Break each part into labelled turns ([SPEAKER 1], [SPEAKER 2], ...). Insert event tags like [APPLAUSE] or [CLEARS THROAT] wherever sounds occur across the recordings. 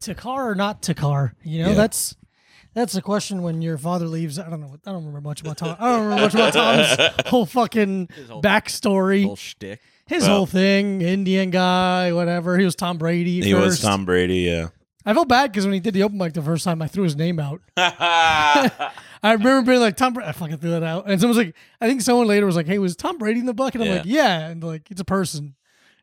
[SPEAKER 1] Takar or not Takar? You know,
[SPEAKER 2] Yeah.
[SPEAKER 1] that's that's the question when your father leaves. I don't know. I don't remember much about Tom. I don't remember much about
[SPEAKER 3] [LAUGHS]
[SPEAKER 1] Tom's whole fucking
[SPEAKER 2] whole-
[SPEAKER 1] backstory,
[SPEAKER 2] Little shtick.
[SPEAKER 1] his
[SPEAKER 3] Well-
[SPEAKER 1] whole thing. Indian guy, whatever. He was Tom Brady.
[SPEAKER 3] He
[SPEAKER 1] first.
[SPEAKER 3] was Tom Brady, yeah.
[SPEAKER 1] I felt bad because when he did the open mic the first time, I threw his name out.
[SPEAKER 3] [LAUGHS]
[SPEAKER 1] I remember being like Tom. Brady. I fucking threw that out, and someone's like, I think someone later was like, "Hey, was Tom Brady in the bucket?" I'm
[SPEAKER 3] Yeah.
[SPEAKER 1] like, "Yeah," and like it's a person,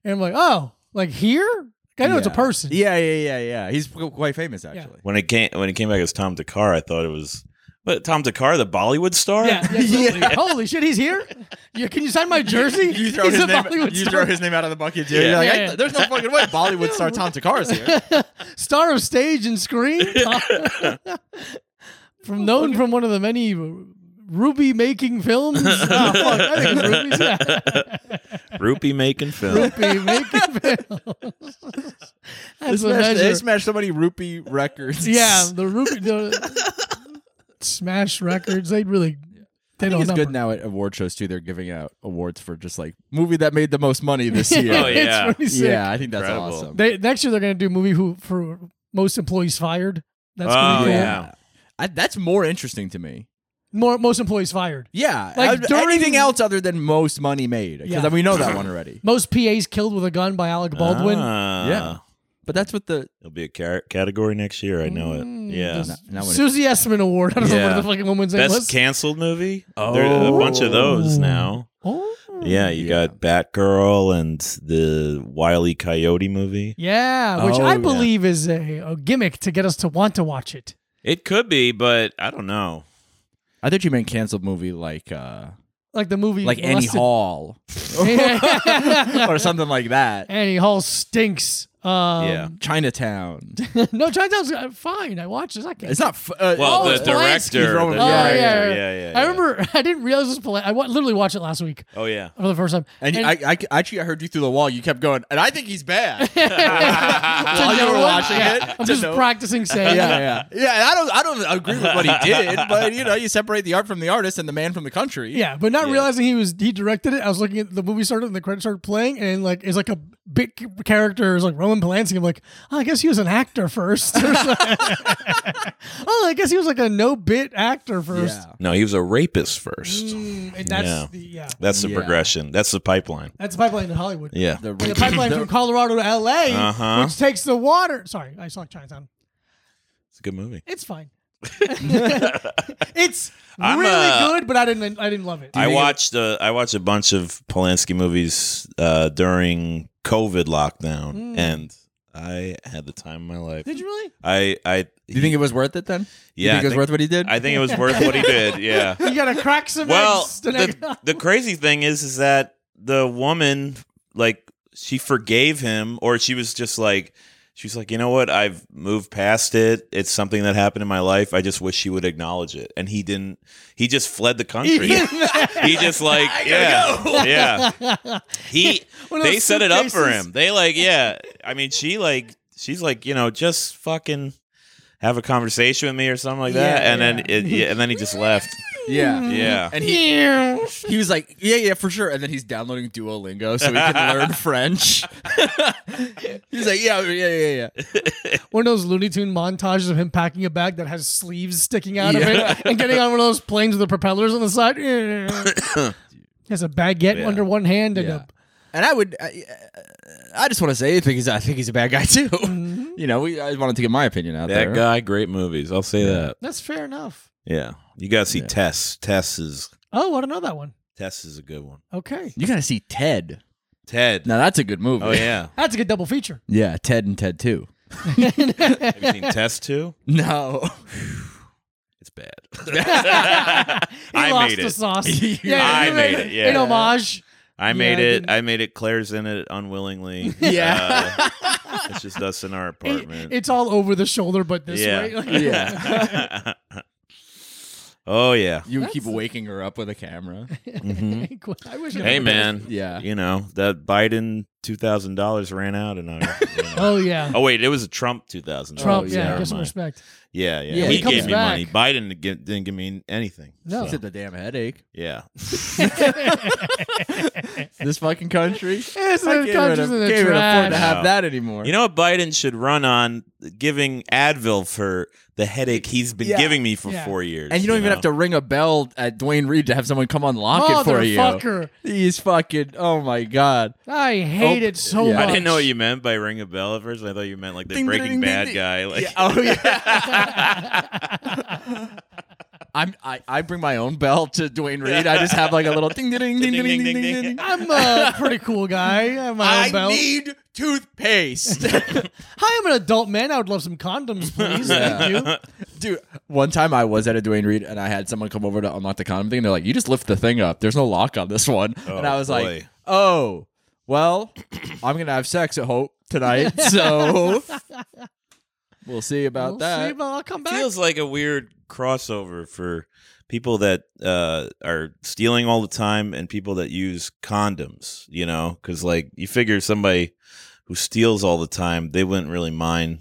[SPEAKER 1] and I'm like, "Oh, like here? I know it's a
[SPEAKER 2] Yeah.
[SPEAKER 1] person."
[SPEAKER 2] Yeah, yeah, yeah, yeah. He's qu- quite famous actually.
[SPEAKER 3] when it came when it came back as Tom Dakar, I thought it was but Tom Dakar, the Bollywood star?
[SPEAKER 1] Yeah, yeah,
[SPEAKER 2] [LAUGHS]
[SPEAKER 1] totally. Holy shit, he's here. Yeah, can you sign my jersey?
[SPEAKER 2] You throw
[SPEAKER 1] he's
[SPEAKER 2] his
[SPEAKER 1] a
[SPEAKER 2] name.
[SPEAKER 1] Bollywood
[SPEAKER 2] You
[SPEAKER 1] star,
[SPEAKER 2] throw his name out of the bucket, too.
[SPEAKER 3] Yeah.
[SPEAKER 2] You're like,
[SPEAKER 1] Yeah,
[SPEAKER 2] I-
[SPEAKER 1] yeah.
[SPEAKER 2] There's no fucking way Bollywood star Tom Takar is
[SPEAKER 1] [LAUGHS]
[SPEAKER 2] here.
[SPEAKER 1] star of stage and
[SPEAKER 2] [LAUGHS]
[SPEAKER 1] screen. from known from one of the many ruby making films.
[SPEAKER 2] [LAUGHS]
[SPEAKER 1] Oh, fuck, I think it's rubies. Yeah.
[SPEAKER 3] Rupee making film.
[SPEAKER 2] [LAUGHS]
[SPEAKER 1] Ruby making films. [LAUGHS]
[SPEAKER 2] They
[SPEAKER 1] That's a
[SPEAKER 2] smashed, they
[SPEAKER 1] measure.
[SPEAKER 2] smashed so many rupee records.
[SPEAKER 1] Yeah, the ruby. The Smash Records. They really. They
[SPEAKER 2] I
[SPEAKER 1] don't
[SPEAKER 2] think it's
[SPEAKER 1] number.
[SPEAKER 2] good now at award shows too. They're giving out awards for just like movie that made the most
[SPEAKER 1] [LAUGHS]
[SPEAKER 2] money this year.
[SPEAKER 3] Oh, yeah.
[SPEAKER 1] It's pretty sick.
[SPEAKER 2] yeah, I think that's
[SPEAKER 3] Incredible.
[SPEAKER 2] awesome.
[SPEAKER 1] They next year they're gonna do movie who for most employees fired. That's gonna
[SPEAKER 3] Oh,
[SPEAKER 1] be cool.
[SPEAKER 3] yeah.
[SPEAKER 2] I, that's more interesting to me.
[SPEAKER 1] More most employees fired.
[SPEAKER 2] Yeah,
[SPEAKER 1] Like,
[SPEAKER 2] like
[SPEAKER 1] during-
[SPEAKER 2] anything else other than most money made because
[SPEAKER 1] Yeah.
[SPEAKER 2] we
[SPEAKER 1] [LAUGHS]
[SPEAKER 2] know that one already.
[SPEAKER 1] Most PAs killed with a gun by Alec Baldwin.
[SPEAKER 3] Ah.
[SPEAKER 2] Yeah. But that's what the
[SPEAKER 3] It'll be a car- category next year. I know it.
[SPEAKER 1] Mm,
[SPEAKER 3] Yeah.
[SPEAKER 1] this-
[SPEAKER 2] No, no one-
[SPEAKER 1] Susie Essman Award. I don't know
[SPEAKER 3] Yeah.
[SPEAKER 1] what the fucking woman's name
[SPEAKER 3] Best
[SPEAKER 1] was.
[SPEAKER 3] canceled movie. There are a bunch of those
[SPEAKER 1] Oh.
[SPEAKER 3] now.
[SPEAKER 1] oh.
[SPEAKER 3] Yeah, you got Batgirl and the Wile E. Coyote movie.
[SPEAKER 1] Yeah, which
[SPEAKER 2] Oh,
[SPEAKER 1] I
[SPEAKER 2] yeah.
[SPEAKER 1] believe is a, a gimmick to get us to want to watch it.
[SPEAKER 3] It could be, but I don't know.
[SPEAKER 2] I thought you meant canceled movie like uh
[SPEAKER 1] Like the movie,
[SPEAKER 2] like Annie Hall
[SPEAKER 1] Hall.
[SPEAKER 2] or something like that.
[SPEAKER 1] [LAUGHS] Annie Hall stinks. Um,
[SPEAKER 3] Yeah.
[SPEAKER 2] Chinatown.
[SPEAKER 1] [LAUGHS] no, Chinatown's uh, fine. I watched it. I can't.
[SPEAKER 2] It's not. F- uh,
[SPEAKER 3] Well,
[SPEAKER 1] Oh,
[SPEAKER 3] the
[SPEAKER 1] it's
[SPEAKER 3] director.
[SPEAKER 2] Polanski.
[SPEAKER 3] the
[SPEAKER 2] Oh,
[SPEAKER 3] director,
[SPEAKER 2] yeah,
[SPEAKER 3] yeah,
[SPEAKER 1] yeah, yeah.
[SPEAKER 3] yeah, yeah.
[SPEAKER 1] I remember. [LAUGHS] I didn't realize this was Polanski. I wa- literally watched it last week
[SPEAKER 3] Oh yeah.
[SPEAKER 1] for the first time.
[SPEAKER 2] And, you-
[SPEAKER 1] And-
[SPEAKER 2] I, I, actually, I heard you through the wall. You kept going, and I think
[SPEAKER 1] [LAUGHS]
[SPEAKER 2] he's bad.
[SPEAKER 1] To
[SPEAKER 2] While you
[SPEAKER 1] no
[SPEAKER 2] were
[SPEAKER 1] one-
[SPEAKER 2] watching
[SPEAKER 1] yeah,
[SPEAKER 2] it,
[SPEAKER 1] I'm
[SPEAKER 2] to
[SPEAKER 1] just
[SPEAKER 2] no-
[SPEAKER 1] practicing
[SPEAKER 2] yeah, [LAUGHS]
[SPEAKER 1] saying. it. [LAUGHS]
[SPEAKER 2] yeah, yeah. And I don't, I don't agree with what he did, but you know, you separate the art from the artist and the man from the country.
[SPEAKER 1] Yeah, but not
[SPEAKER 3] Yeah.
[SPEAKER 1] realizing he was he directed it. I was looking at the movie started and the credits started playing, and like it's like a big character is like Roman Polanski. I'm like, oh, I guess he was an actor first. [LAUGHS] Or so- oh, I guess he was like a no bit actor first.
[SPEAKER 2] yeah.
[SPEAKER 3] No, he was a rapist first.
[SPEAKER 1] Mm, and that's
[SPEAKER 3] Yeah.
[SPEAKER 1] the, yeah,
[SPEAKER 3] That's the
[SPEAKER 2] Yeah.
[SPEAKER 3] progression. That's the pipeline.
[SPEAKER 1] that's the pipeline in Hollywood.
[SPEAKER 3] Yeah.
[SPEAKER 2] The,
[SPEAKER 1] The pipeline
[SPEAKER 3] [LAUGHS]
[SPEAKER 1] from Colorado to L.A.,
[SPEAKER 3] Uh-huh.
[SPEAKER 1] which takes the water. Sorry, I saw Chinatown.
[SPEAKER 3] It's a good [LAUGHS] movie.
[SPEAKER 1] It's fine. it's
[SPEAKER 3] [LAUGHS] I'm,
[SPEAKER 1] really
[SPEAKER 3] uh,
[SPEAKER 1] good, but I didn't I didn't love it.
[SPEAKER 3] I watched uh, I watched a bunch of Polanski movies uh, during COVID lockdown,
[SPEAKER 2] Hmm.
[SPEAKER 1] Mm.
[SPEAKER 3] and I had the time of my life.
[SPEAKER 1] Did you really?
[SPEAKER 3] I I
[SPEAKER 2] Do you think it was worth it then?
[SPEAKER 3] Yeah,
[SPEAKER 2] you
[SPEAKER 3] I
[SPEAKER 2] think it was
[SPEAKER 3] think-
[SPEAKER 2] worth what he did.
[SPEAKER 3] I think it was worth what
[SPEAKER 2] [LAUGHS]
[SPEAKER 3] he did. Yeah.
[SPEAKER 1] You gotta crack some
[SPEAKER 3] [LAUGHS]
[SPEAKER 1] [LAUGHS]
[SPEAKER 3] Well,
[SPEAKER 1] eggs. and egg-
[SPEAKER 3] the, the crazy thing is, is that the woman like she forgave him, or she was just like. She's like, you know what? I've moved past it. It's something that happened in my life. I just wish she would acknowledge it. And he didn't. He just
[SPEAKER 2] [LAUGHS]
[SPEAKER 3] fled the country. he just like, yeah,
[SPEAKER 1] [LAUGHS]
[SPEAKER 3] [LAUGHS] yeah. He
[SPEAKER 1] One of
[SPEAKER 3] they
[SPEAKER 1] those
[SPEAKER 3] set it up for
[SPEAKER 1] suitcases.
[SPEAKER 3] him. They like, yeah. I mean, she like, she's like, you know, just fucking have a conversation with me or something like that.
[SPEAKER 2] Yeah,
[SPEAKER 3] and then, it, yeah, and then he just left.
[SPEAKER 2] yeah,
[SPEAKER 3] Yeah.
[SPEAKER 2] And he, he was like, yeah, yeah, for sure. And then he's downloading Duolingo so he can
[SPEAKER 3] [LAUGHS]
[SPEAKER 2] learn French. [LAUGHS] he's like, yeah, yeah, yeah, yeah.
[SPEAKER 1] one of those Looney Tune montages of him packing a bag that has sleeves sticking out
[SPEAKER 2] Yeah.
[SPEAKER 1] of it and getting on one of those planes with the propellers on the
[SPEAKER 3] [COUGHS]
[SPEAKER 1] side. he has a baguette
[SPEAKER 3] Yeah.
[SPEAKER 1] under one hand and
[SPEAKER 2] Yeah.
[SPEAKER 1] a
[SPEAKER 2] And I would, I, I just want to say, I think he's, I think he's a bad guy too. [LAUGHS] You know, we, I wanted to get my opinion out there.
[SPEAKER 3] That guy, great movies. I'll say that.
[SPEAKER 1] [LAUGHS] that's fair enough.
[SPEAKER 3] Yeah. You gotta see
[SPEAKER 2] Yeah.
[SPEAKER 3] Tess. Tess is
[SPEAKER 1] Oh, I don't know that one.
[SPEAKER 3] Tess is a good one.
[SPEAKER 1] Okay.
[SPEAKER 2] You gotta see Ted.
[SPEAKER 3] Ted.
[SPEAKER 2] Now that's a good movie.
[SPEAKER 3] Oh yeah.
[SPEAKER 1] That's a good double feature.
[SPEAKER 2] yeah. Ted and Ted Two. [LAUGHS]
[SPEAKER 3] Have you seen Tess too? [LAUGHS]
[SPEAKER 2] No,
[SPEAKER 3] It's bad.
[SPEAKER 1] He
[SPEAKER 3] I
[SPEAKER 1] lost
[SPEAKER 3] made
[SPEAKER 1] the
[SPEAKER 3] it. [LAUGHS]
[SPEAKER 1] sauce.
[SPEAKER 3] I
[SPEAKER 1] he
[SPEAKER 3] made it, yeah.
[SPEAKER 1] In homage.
[SPEAKER 3] I
[SPEAKER 1] I
[SPEAKER 3] made it.
[SPEAKER 1] didn't-
[SPEAKER 3] I made it. Claire's in it unwillingly.
[SPEAKER 2] Yeah.
[SPEAKER 3] Uh, it's just us in our
[SPEAKER 1] It-
[SPEAKER 3] apartment.
[SPEAKER 1] it's all over the shoulder, but this
[SPEAKER 3] yeah. [LAUGHS]
[SPEAKER 1] way. [LAUGHS] Like-
[SPEAKER 3] yeah. [LAUGHS] oh yeah.
[SPEAKER 2] you would keep
[SPEAKER 1] That's-
[SPEAKER 2] waking her up with a camera.
[SPEAKER 3] Mhm.
[SPEAKER 1] I wish. I
[SPEAKER 3] Hey
[SPEAKER 1] remembered.
[SPEAKER 3] man.
[SPEAKER 2] Yeah.
[SPEAKER 3] You know that Biden two thousand dollars ran out, and I. You [LAUGHS] know.
[SPEAKER 1] Oh yeah,
[SPEAKER 3] Oh wait, it was a Trump two thousand.
[SPEAKER 1] Trump.
[SPEAKER 2] Oh, yeah,
[SPEAKER 1] yeah,
[SPEAKER 2] never
[SPEAKER 1] give some respect.
[SPEAKER 3] Yeah, yeah.
[SPEAKER 2] Yeah,
[SPEAKER 3] he,
[SPEAKER 2] he
[SPEAKER 1] comes
[SPEAKER 3] gave me
[SPEAKER 1] back.
[SPEAKER 3] money. Biden didn't give, didn't give me anything.
[SPEAKER 1] No.
[SPEAKER 3] So,
[SPEAKER 2] Except the damn headache.
[SPEAKER 3] yeah.
[SPEAKER 2] This fucking country.
[SPEAKER 1] It's
[SPEAKER 2] I can't even-
[SPEAKER 1] countries in the
[SPEAKER 2] can't even afford to
[SPEAKER 1] trash.
[SPEAKER 2] have
[SPEAKER 3] No.
[SPEAKER 2] that anymore.
[SPEAKER 3] You know what Biden should run on? Giving Advil for the headache he's been
[SPEAKER 2] Yeah.
[SPEAKER 3] giving me for
[SPEAKER 1] Yeah.
[SPEAKER 3] four years.
[SPEAKER 2] and you don't even have to ring a bell at Dwayne Reed to have someone come unlock it for you.
[SPEAKER 1] Motherfucker,
[SPEAKER 2] He's fucking. Oh my god.
[SPEAKER 1] I hate
[SPEAKER 2] Oh,
[SPEAKER 1] it so
[SPEAKER 2] yeah.
[SPEAKER 1] much.
[SPEAKER 3] I didn't know what you meant by ring a bell at first. I thought you meant like the
[SPEAKER 2] Ding,
[SPEAKER 3] Breaking
[SPEAKER 2] ding, ding,
[SPEAKER 3] Bad
[SPEAKER 2] ding.
[SPEAKER 3] guy. Like,
[SPEAKER 2] Yeah, [LAUGHS] Oh yeah. I'm. I, I bring my own bell to Dwayne Reed. I just have like a little ding ding ding ding ding ding ding. ding, ding.
[SPEAKER 1] I'm a pretty cool guy. I have
[SPEAKER 2] [LAUGHS]
[SPEAKER 1] my own belt.
[SPEAKER 2] need toothpaste. [LAUGHS]
[SPEAKER 1] Hi, I'm an adult man. I would love some condoms, please. Thank you.
[SPEAKER 2] Dude, one time I was at a Dwayne Reed and I had someone come over to unlock the condom thing. And they're like, "You just lift the thing up. There's no lock on this one." and I was like,
[SPEAKER 3] boy.
[SPEAKER 2] "Oh, well, I'm gonna have sex at Hope
[SPEAKER 1] [LAUGHS]
[SPEAKER 2] tonight, so we'll see about
[SPEAKER 1] We'll
[SPEAKER 2] that."
[SPEAKER 1] see, but I'll come back.
[SPEAKER 3] feels like a weird crossover for people that uh, are stealing all the time and people that use condoms. You know, because like you figure somebody who steals all the time, they wouldn't really mind.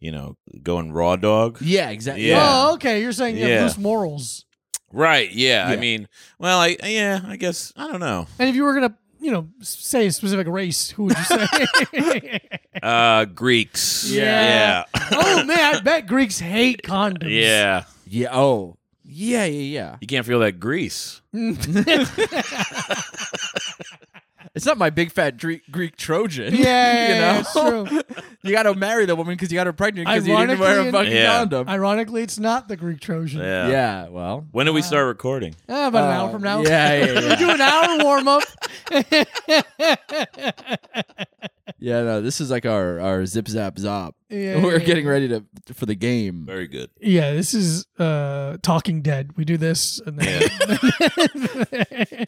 [SPEAKER 3] You know, going raw dog.
[SPEAKER 2] yeah, exactly.
[SPEAKER 3] Yeah.
[SPEAKER 1] Oh, okay. You're saying you have
[SPEAKER 3] Yeah.
[SPEAKER 1] loose morals.
[SPEAKER 3] Right. Yeah. I
[SPEAKER 2] Yeah.
[SPEAKER 3] mean, well, I yeah, I guess I don't [LAUGHS] know.
[SPEAKER 1] And if you were gonna, you know, s- say a specific race, who would you say? [LAUGHS]
[SPEAKER 3] Uh, Greeks.
[SPEAKER 1] Yeah.
[SPEAKER 3] Yeah.
[SPEAKER 1] oh man, I bet Greeks hate condoms.
[SPEAKER 3] Yeah.
[SPEAKER 2] Yeah. Oh. Yeah. Yeah.
[SPEAKER 3] You can't feel that grease.
[SPEAKER 2] Yeah. It's not my big fat Greek, Greek Trojan.
[SPEAKER 1] Yeah,
[SPEAKER 2] [LAUGHS] you know,
[SPEAKER 1] yeah, it's true.
[SPEAKER 2] you got to marry the woman because you got her pregnant because you didn't
[SPEAKER 1] Ironically,
[SPEAKER 2] wear a fucking
[SPEAKER 3] Yeah.
[SPEAKER 2] condom.
[SPEAKER 1] Ironically, it's not the Greek Trojan.
[SPEAKER 3] Mm-hmm. Yeah.
[SPEAKER 2] yeah. Well.
[SPEAKER 3] When do we start recording?
[SPEAKER 1] Eh, about an hour
[SPEAKER 2] Uh,
[SPEAKER 1] from now.
[SPEAKER 2] Yeah. Yeah.
[SPEAKER 1] We [LAUGHS]
[SPEAKER 2] Yeah.
[SPEAKER 1] do an hour warm up.
[SPEAKER 2] yeah. No. This is like our our zip zap zop.
[SPEAKER 1] Yeah,
[SPEAKER 2] [LAUGHS] We're
[SPEAKER 1] yeah,
[SPEAKER 2] getting ready to for the game.
[SPEAKER 3] Very good.
[SPEAKER 1] Yeah, this is uh Talking Dead. We do this and then [LAUGHS]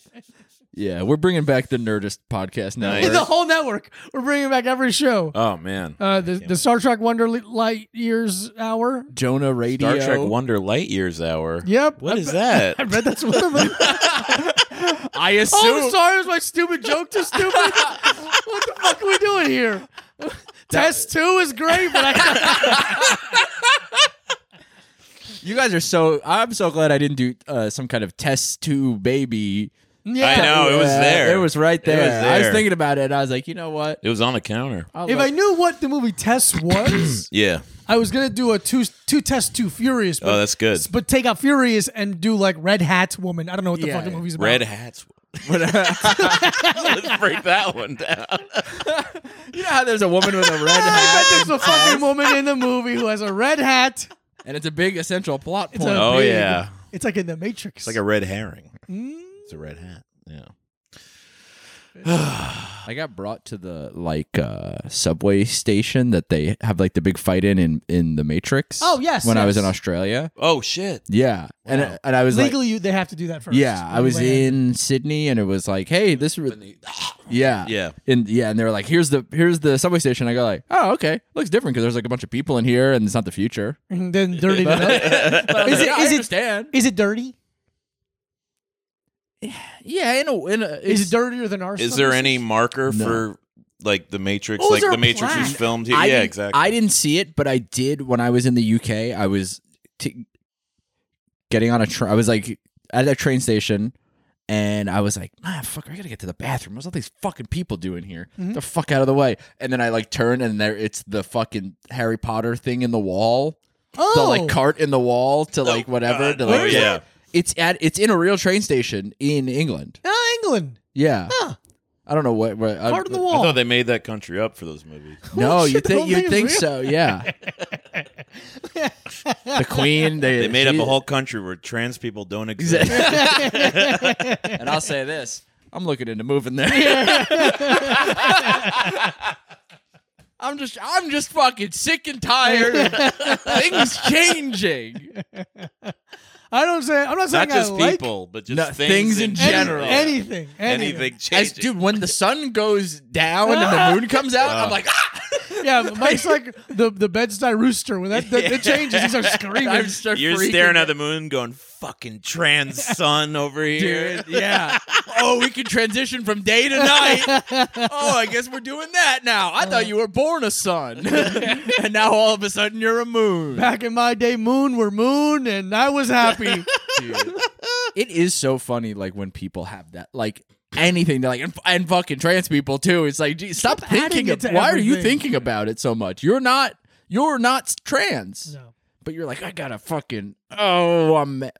[SPEAKER 2] Yeah. We're bringing back the Nerdist podcast now.
[SPEAKER 3] Nice.
[SPEAKER 1] the whole network. We're bringing back every show.
[SPEAKER 3] Oh man.
[SPEAKER 1] Uh, the, the Star Trek Wonder Li- Light Years Hour.
[SPEAKER 2] Jonah Radio.
[SPEAKER 3] Star Trek Wonder Light Years Hour.
[SPEAKER 1] Yep.
[SPEAKER 3] What
[SPEAKER 1] I
[SPEAKER 3] is
[SPEAKER 1] bet-
[SPEAKER 3] that? [LAUGHS]
[SPEAKER 1] I bet that's one of them.
[SPEAKER 2] I
[SPEAKER 1] Oh, I'm
[SPEAKER 2] assume.
[SPEAKER 1] sorry. Was my stupid joke too
[SPEAKER 3] [LAUGHS]
[SPEAKER 1] stupid? what the fuck are we doing here? Test two is great,
[SPEAKER 3] [LAUGHS]
[SPEAKER 1] but I,
[SPEAKER 2] you guys are so. I'm so glad I didn't do uh, some kind of test tube baby
[SPEAKER 1] yeah.
[SPEAKER 3] I know it was
[SPEAKER 2] Yeah,
[SPEAKER 3] there.
[SPEAKER 2] It was right there. I was
[SPEAKER 3] there.
[SPEAKER 2] thinking about it. And I was like, you know what?
[SPEAKER 3] It was on the counter.
[SPEAKER 2] I'll
[SPEAKER 1] If
[SPEAKER 2] let-
[SPEAKER 1] I knew what the movie Test
[SPEAKER 3] [CLEARS THROAT]
[SPEAKER 1] was,
[SPEAKER 3] Yeah.
[SPEAKER 1] I was gonna do a two two Test two Furious. But,
[SPEAKER 3] Oh, that's good.
[SPEAKER 1] But take out Furious and do like Red Hat Woman. I don't know what the
[SPEAKER 2] Yeah.
[SPEAKER 1] fuck the movie's about.
[SPEAKER 3] Red hats. [LAUGHS] Let's break that one down.
[SPEAKER 2] [LAUGHS] you know how there's a
[SPEAKER 1] [LAUGHS]
[SPEAKER 2] woman with a red
[SPEAKER 1] I bet
[SPEAKER 2] hat,
[SPEAKER 1] there's a fucking woman in the movie who has a red hat.
[SPEAKER 2] and it's a big essential plot
[SPEAKER 1] It's
[SPEAKER 2] [LAUGHS] point.
[SPEAKER 1] a
[SPEAKER 3] Oh
[SPEAKER 1] big-
[SPEAKER 3] yeah.
[SPEAKER 1] It's like in the Matrix.
[SPEAKER 3] It's like a red herring. It's a red hat. Yeah.
[SPEAKER 2] I got brought to the like uh, subway station that they have like the big fight in in, in the Matrix.
[SPEAKER 1] Oh, yes,
[SPEAKER 2] when I was
[SPEAKER 1] yes.
[SPEAKER 2] in Australia.
[SPEAKER 3] Oh shit.
[SPEAKER 2] Yeah, and and I was like.
[SPEAKER 1] legally you, they have to do that first.
[SPEAKER 2] Yeah, I was
[SPEAKER 1] Land.
[SPEAKER 2] in Sydney and it was like, hey, this. Re- yeah,
[SPEAKER 3] Yeah.
[SPEAKER 2] and yeah, and they were like, here's the here's the subway station. I go like, oh, okay, looks different because there's like a bunch of people in here and it's not the future.
[SPEAKER 1] And [LAUGHS] then dirty. it
[SPEAKER 2] [LAUGHS]
[SPEAKER 1] up.
[SPEAKER 3] [LAUGHS]
[SPEAKER 2] Is
[SPEAKER 1] it- is it-
[SPEAKER 2] understand?
[SPEAKER 1] Is it dirty?
[SPEAKER 2] Yeah, in a, in a
[SPEAKER 1] Is
[SPEAKER 2] it's-
[SPEAKER 1] it dirtier than ours?
[SPEAKER 3] Is there any marker
[SPEAKER 2] No.
[SPEAKER 3] for like the Matrix?
[SPEAKER 1] Oh, is
[SPEAKER 3] like
[SPEAKER 1] there
[SPEAKER 3] the
[SPEAKER 1] a
[SPEAKER 3] Matrix was
[SPEAKER 1] plaque?
[SPEAKER 3] filmed here.
[SPEAKER 2] I
[SPEAKER 3] yeah,
[SPEAKER 2] didn't-
[SPEAKER 3] exactly.
[SPEAKER 2] I didn't see it, but I did when I was in the UK. I was t- getting on a train. I was like at a train station, and I was like, "Man, fuck! I gotta get to the bathroom. What's all these fucking people doing here?
[SPEAKER 1] Mm-hmm.
[SPEAKER 2] Get The fuck out of the way!" And then I like turn, and there it's the fucking Harry Potter thing in the wall,
[SPEAKER 1] Oh,
[SPEAKER 2] the like cart in the wall to like whatever.
[SPEAKER 3] Oh God.
[SPEAKER 2] To, like,
[SPEAKER 3] Where is Yeah. that?
[SPEAKER 2] It's at it's in a real train station in England.
[SPEAKER 1] Ah, England.
[SPEAKER 2] Yeah,
[SPEAKER 1] Huh.
[SPEAKER 2] I don't know what. what I-
[SPEAKER 1] Part of the
[SPEAKER 3] I
[SPEAKER 1] wall.
[SPEAKER 3] thought they made that country up for those movies.
[SPEAKER 2] No,
[SPEAKER 1] Holy
[SPEAKER 2] you
[SPEAKER 1] shit, the whole
[SPEAKER 2] think you
[SPEAKER 1] thing is
[SPEAKER 2] think
[SPEAKER 1] real.
[SPEAKER 2] so? [LAUGHS] Yeah. the Queen. They,
[SPEAKER 3] They made up
[SPEAKER 2] she- [LAUGHS]
[SPEAKER 3] a whole country where trans people don't exist.
[SPEAKER 2] And I'll say this: I'm looking into moving there. [LAUGHS] I'm just, I'm just fucking sick and tired. of things changing.
[SPEAKER 1] I don't say. I'm not saying
[SPEAKER 3] [LAUGHS] Not just
[SPEAKER 1] I like
[SPEAKER 3] people, but just
[SPEAKER 2] No, things
[SPEAKER 3] things,
[SPEAKER 2] in
[SPEAKER 3] in
[SPEAKER 1] any-
[SPEAKER 2] general.
[SPEAKER 1] Anything. Anything.
[SPEAKER 3] Anything
[SPEAKER 2] As
[SPEAKER 3] changing. Oh.
[SPEAKER 2] dude, when the sun goes down and the moon comes out, I'm like, ah!
[SPEAKER 1] Yeah, Mike's like the the Bed-Stuy rooster. When that, that
[SPEAKER 3] [LAUGHS]
[SPEAKER 1] it changes, he starts screaming.
[SPEAKER 2] I'm start
[SPEAKER 3] You're
[SPEAKER 2] freaking
[SPEAKER 3] staring
[SPEAKER 2] out.
[SPEAKER 3] at the moon, going "fucking trans sun over here."
[SPEAKER 2] Dude, yeah. Oh, we can transition from day to night. Oh, I guess we're doing that now. I thought you were born a sun. [LAUGHS] and now all of a sudden you're a moon.
[SPEAKER 1] Back in my day, moon were moon, and I was happy.
[SPEAKER 2] It is so funny, like, when people have that, like, anything. They're like, and, and fucking trans people, too. It's like, gee, stop
[SPEAKER 1] adding
[SPEAKER 2] thinking
[SPEAKER 1] it
[SPEAKER 2] of,
[SPEAKER 1] to
[SPEAKER 2] Why are you
[SPEAKER 1] everything.
[SPEAKER 2] thinking about it so much? You're not, you're not trans.
[SPEAKER 1] No.
[SPEAKER 2] But you're like, I gotta fucking, oh, I'm. ma-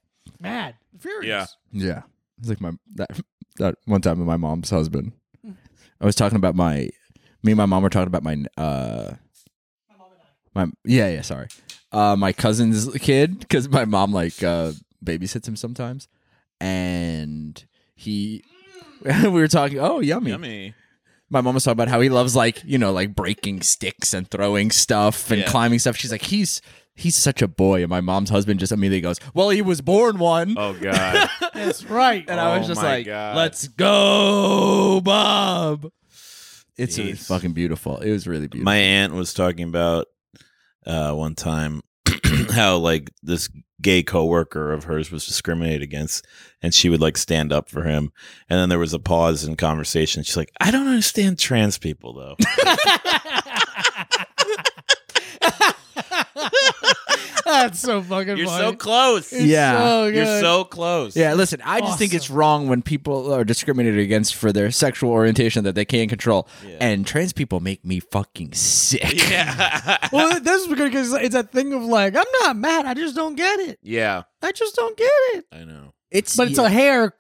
[SPEAKER 1] Mad, furious.
[SPEAKER 3] Yeah.
[SPEAKER 2] Yeah. It's like my that that one time with my mom's husband. I was talking about my me and my mom were talking about my uh my yeah, yeah, sorry. Uh my cousin's kid cuz my mom like uh babysits him sometimes and he [LAUGHS] we were talking oh yummy.
[SPEAKER 3] Yummy.
[SPEAKER 2] My mom was talking about how he loves like, you know, like breaking sticks and throwing stuff and
[SPEAKER 3] Yeah.
[SPEAKER 2] climbing stuff. She's like he's he's such a boy and my mom's husband just immediately goes, "Well, he was born one."
[SPEAKER 3] Oh
[SPEAKER 2] [LAUGHS]
[SPEAKER 3] god.
[SPEAKER 1] That's right.
[SPEAKER 2] And I was
[SPEAKER 3] Oh
[SPEAKER 2] just
[SPEAKER 3] my
[SPEAKER 2] like,
[SPEAKER 3] God.
[SPEAKER 2] "Let's go, Bob." It's it was
[SPEAKER 3] Jeez.
[SPEAKER 2] fucking beautiful. It was really [LAUGHS] beautiful.
[SPEAKER 3] My aunt was talking about uh, one time [CLEARS THROAT] how like this gay coworker of hers was discriminated against, and she would like stand up for him. And then there was a pause in conversation. She's like, "I don't understand trans
[SPEAKER 2] [LAUGHS]
[SPEAKER 3] people though."
[SPEAKER 1] That's so fucking
[SPEAKER 3] You're so [LAUGHS]
[SPEAKER 1] funny.
[SPEAKER 3] close.
[SPEAKER 1] It's
[SPEAKER 2] Yeah.
[SPEAKER 1] so
[SPEAKER 3] You're
[SPEAKER 1] good.
[SPEAKER 3] so close.
[SPEAKER 2] yeah, listen, I just think it's
[SPEAKER 1] Awesome.
[SPEAKER 2] wrong when people are discriminated against for their sexual orientation that they can't control.
[SPEAKER 3] Yeah.
[SPEAKER 2] And trans people make me fucking sick.
[SPEAKER 3] [LAUGHS] Yeah.
[SPEAKER 1] Well, this is good because it's that thing of like, I'm not mad. I just don't get it.
[SPEAKER 3] [LAUGHS] yeah.
[SPEAKER 1] I just don't get it.
[SPEAKER 3] I know.
[SPEAKER 2] It's
[SPEAKER 1] But it's a hair.